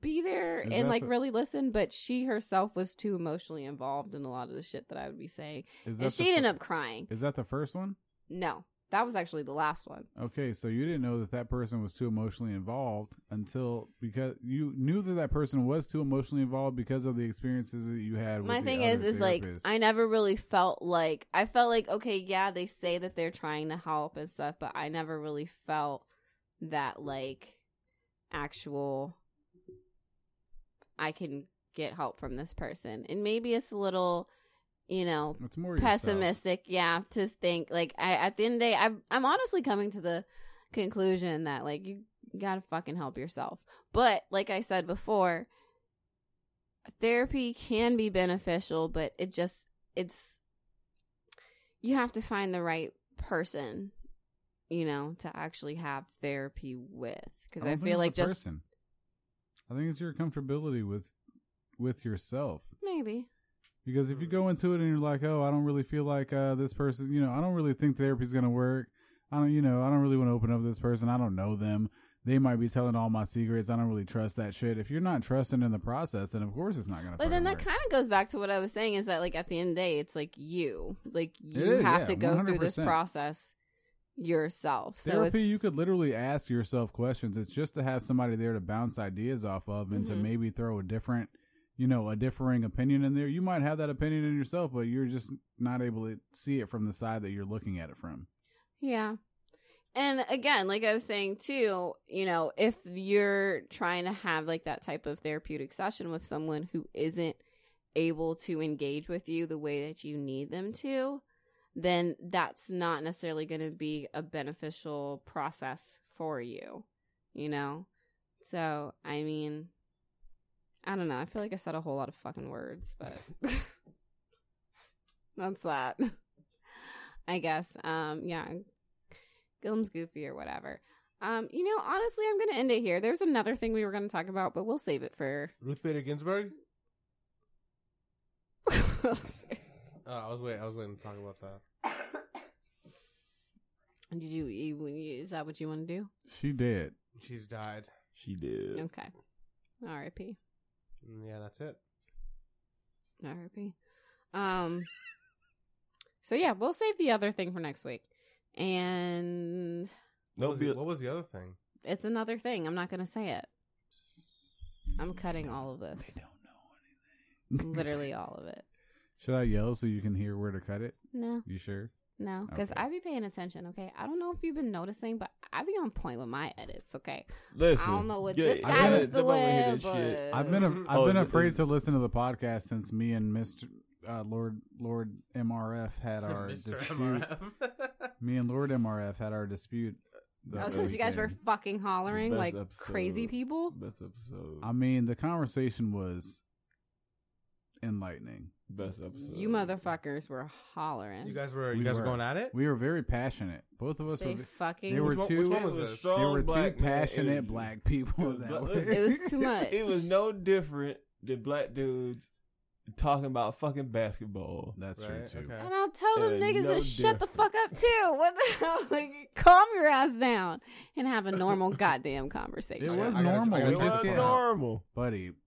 S2: be there
S3: Is
S2: and
S3: that
S2: like
S3: the-
S2: really listen, but she herself was too emotionally involved in a lot of the shit that I would be saying,
S3: Is
S2: and
S3: that the
S2: she ended
S3: fir-
S2: up crying.
S3: is that the first one?
S2: No, that was actually the last one.
S3: Okay, so you didn't know that that person was too emotionally involved until because you knew that that person was too emotionally involved because of the experiences that you had. With
S2: my
S3: the
S2: thing
S3: other
S2: is is like
S3: therapist.
S2: i never really felt like i felt like okay yeah they say that they're trying to help and stuff but i never really felt that like actual i can get help from this person and maybe it's a little you know
S3: it's more yourself.
S2: pessimistic yeah to think like i at the end of the day I'm, I'm honestly coming to the conclusion that like you gotta fucking help yourself but like i said before therapy can be beneficial but it just it's you have to find the right person you know to actually have therapy with because
S3: don't
S2: i,
S3: think
S2: feel
S3: it's
S2: like
S3: the
S2: just
S3: person. I think it's your comfortability with with yourself.
S2: maybe
S3: Because
S2: Mm-hmm.
S3: if you go into it and you're like, oh, I don't really feel like uh, this person, you know, I don't really think therapy's gonna work. I don't, you know, I don't really want to open up to this person. I don't know them. They might be telling all my secrets. I don't really trust that shit. If you're not trusting in the process, then of course it's not gonna.
S2: But then
S3: fucking
S2: that
S3: work.
S2: kind of goes back to what I was saying is that like at the end of the day, it's like you, like you
S3: is,
S2: have
S3: yeah,
S2: to go through this
S3: 100%.
S2: process yourself. So
S3: Therapy,
S2: it's
S3: you could literally ask yourself questions. It's just to have somebody there to bounce ideas off of and
S2: Mhm.
S3: to maybe throw a different, you know, a differing opinion in there. You might have that opinion in yourself, but you're just not able to see it from the side that you're looking at it from.
S2: yeah. And again, like I was saying too, you know, if you're trying to have like that type of therapeutic session with someone who isn't able to engage with you the way that you need them to, then that's not necessarily going to be a beneficial process for you, you know? So, I mean, I don't know. I feel like I said a whole lot of fucking words, but that's that. I guess. Um, yeah. Gillum's goofy or whatever. Um, you know, honestly, I'm going to end it here. There's another thing we were going to talk about, but we'll save it for.
S8: Ruth Bader Ginsburg. Oh, I was wait. I was waiting to talk about that.
S2: Did you, you, you- Is that what you want to do?
S3: She did.
S8: She's died.
S6: She did.
S2: Okay. R.I.P.
S8: Mm, Yeah, that's it.
S2: R.I.P. Um. So yeah, we'll save the other thing for next week, and
S8: What
S6: No,
S8: was,
S6: be
S8: the,
S6: a-
S8: what was the other thing?
S2: it's another thing. I'm not gonna say it. I'm cutting all of this. They don't know anything. Literally all of it.
S3: Should I yell so you can hear where to cut it?
S2: No,
S3: You sure?
S2: no, because
S3: Okay.
S2: I be paying attention. Okay, I don't know if you've been noticing, but I be on point with my edits. Okay,
S6: Listen,
S2: I don't know what
S6: yeah,
S2: this
S6: I
S2: guy
S6: gotta-
S2: was
S6: them over here,
S2: doing,
S6: this shit.
S2: but
S3: I've been a, I've
S6: Oh,
S3: been
S6: the-
S3: afraid to listen to the podcast since me and Mister uh, Lord Lord MRF had our
S8: Mr.
S3: dispute.
S8: MRF.
S3: Me and Lord MRF had our dispute. the
S2: Oh,
S3: other
S2: since you guys were
S3: weekend.
S2: fucking hollering
S6: Best
S2: like
S6: episode.
S2: crazy people.
S6: Best episode.
S3: I mean, the conversation was enlightening.
S6: Best episode.
S2: You motherfuckers were hollering.
S8: You guys were you guys were going at it?
S3: We were very passionate. Both of us
S2: They
S3: were.
S2: fucking-
S3: There were
S2: Which one-
S3: two.
S8: which one was
S3: there
S8: this?
S6: Strong
S3: were two
S6: black man
S3: passionate
S6: energy.
S3: black people
S6: It
S3: that
S6: was-
S3: were.
S2: It was too much.
S6: It was no different than black dudes talking about fucking basketball.
S3: That's
S8: Right,
S3: true too.
S8: okay.
S2: And I'll tell them
S6: Yeah,
S2: niggas
S6: no
S2: to shut the
S6: different.
S2: fuck up too. What the hell? Like, calm your ass down and have a normal goddamn conversation.
S3: It was
S8: I gotta- I
S3: normal.
S8: gotta
S3: We
S6: It
S8: check
S3: just
S6: was
S8: this
S3: get-
S8: out.
S6: normal.
S3: buddy.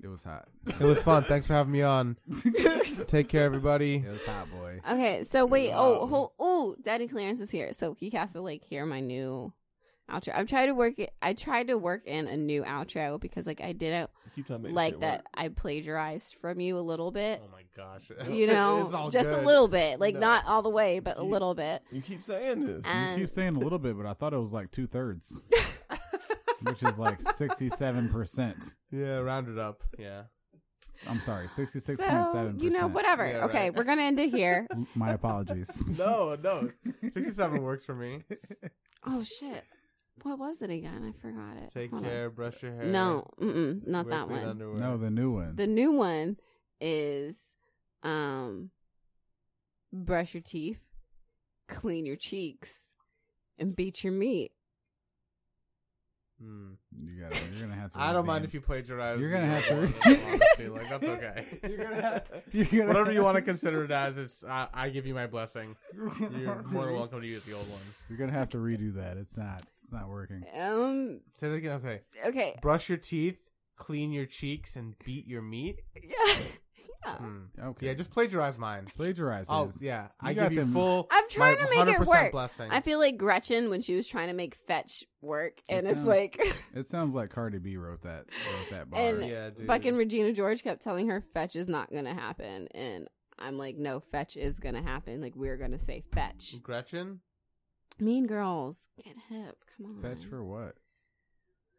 S3: It was hot.
S8: It was fun. Thanks for having me on. Take care, everybody.
S3: It was hot, boy.
S2: Okay, so wait. Oh,
S3: Wow.
S2: hold, oh, Daddy Clarence is here, so he has to like hear my new outro. I'm trying to work it. I tried to work in a new outro because like I didn't
S6: Keep trying to make
S2: like
S6: shit
S2: that.
S6: work.
S2: I plagiarized from you a little bit.
S8: Oh my gosh.
S2: You
S8: It's all
S2: know, just
S8: good.
S2: a little bit, like
S8: No.
S2: not all the way, but a
S6: You-
S2: little bit.
S6: You keep saying this.
S2: And
S3: you keep saying a little bit, but I thought it was like two thirds, which is like sixty-seven percent.
S8: Yeah, round it up. Yeah.
S3: I'm sorry, sixty-six point
S2: so
S3: seven percent.
S2: you know, whatever.
S8: Yeah,
S2: okay,
S8: right.
S2: we're gonna end it here.
S3: My apologies.
S8: No, no. 67 works for me.
S2: Oh shit! What was it again? I forgot it.
S8: Take
S2: Hold on.
S8: care, brush your hair.
S2: No, mm-mm, not
S8: wear
S2: that
S8: clean
S2: one.
S8: underwear.
S3: no, the new one.
S2: The new one is um brush your teeth, clean your cheeks, and beat your meat.
S8: Hmm.
S3: you gotta, you're gonna have to.
S8: I don't mind if you plagiarize.
S3: You're gonna
S8: me.
S3: have to-
S8: Honestly, like that's okay.
S3: You're gonna have- you're gonna
S8: Whatever you
S3: have-
S8: want to consider it as, it's. I, I give you my blessing. You're more than welcome to use the old one.
S3: You're gonna have to redo that. It's not. It's not working.
S2: Um
S8: Say that again. Okay.
S2: okay.
S8: Brush your teeth, clean your cheeks, and beat your meat.
S2: Yeah. yeah.
S8: Hmm.
S3: Okay.
S8: Yeah, just plagiarize mine.
S3: plagiarize.
S8: Oh
S3: his.
S8: yeah,
S3: You
S8: I
S3: got
S8: give you
S3: them-
S8: full.
S2: I'm trying
S8: my
S2: to make it
S8: 100%
S2: work.
S8: Blessing.
S2: I feel like Gretchen when she was trying to make fetch work and
S3: That
S2: it's
S3: sounds-
S2: like
S3: It sounds like Cardi B wrote that. Wrote that bar.
S2: and
S8: Yeah, dude.
S2: fucking Regina George kept telling her fetch is not gonna happen and I'm like, no, fetch is gonna happen. Like we're gonna say fetch.
S8: Gretchen.
S2: Mean girls, get hip. Come on.
S3: Fetch for what?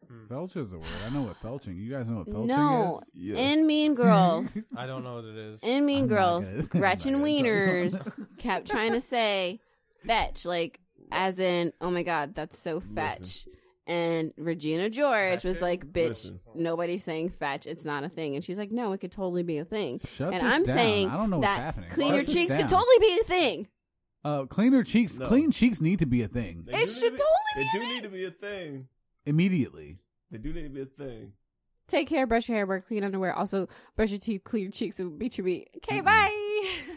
S8: Hmm.
S3: Felch is a word. I know what felching. You guys know what felching
S2: No,
S3: is.
S6: Yeah.
S2: in Mean Girls,
S8: I don't know what it is.
S2: in Mean
S3: I'm not
S2: Girls,
S3: good. I'm
S2: Gretchen
S3: not good.
S2: Wieners kept trying to say fetch, like as in, oh my god, that's so fetch. And Regina George
S8: Fetch
S2: was
S8: it?
S2: like, bitch,
S6: Listen.
S2: nobody's saying fetch. It's not a thing. And she's like, no, it could totally be a thing.
S3: Shut
S2: and
S3: this
S2: I'm
S3: down.
S2: saying
S3: I don't know what's
S2: that
S3: happening.
S2: clean
S3: Shut
S2: your
S3: this
S2: cheeks could
S3: down.
S2: totally be a thing.
S3: Uh, cleaner cheeks.
S6: No.
S3: Clean cheeks need to be a thing
S6: They
S2: It
S6: do
S2: should
S6: need
S2: totally
S6: They
S2: be
S6: do
S2: in
S6: need
S2: it.
S6: to be a thing.
S3: immediately.
S6: They do need to be a thing.
S2: Take care, brush your hair, wear clean underwear. Also, brush your teeth, clean your cheeks, and beat your meat. Okay, bye.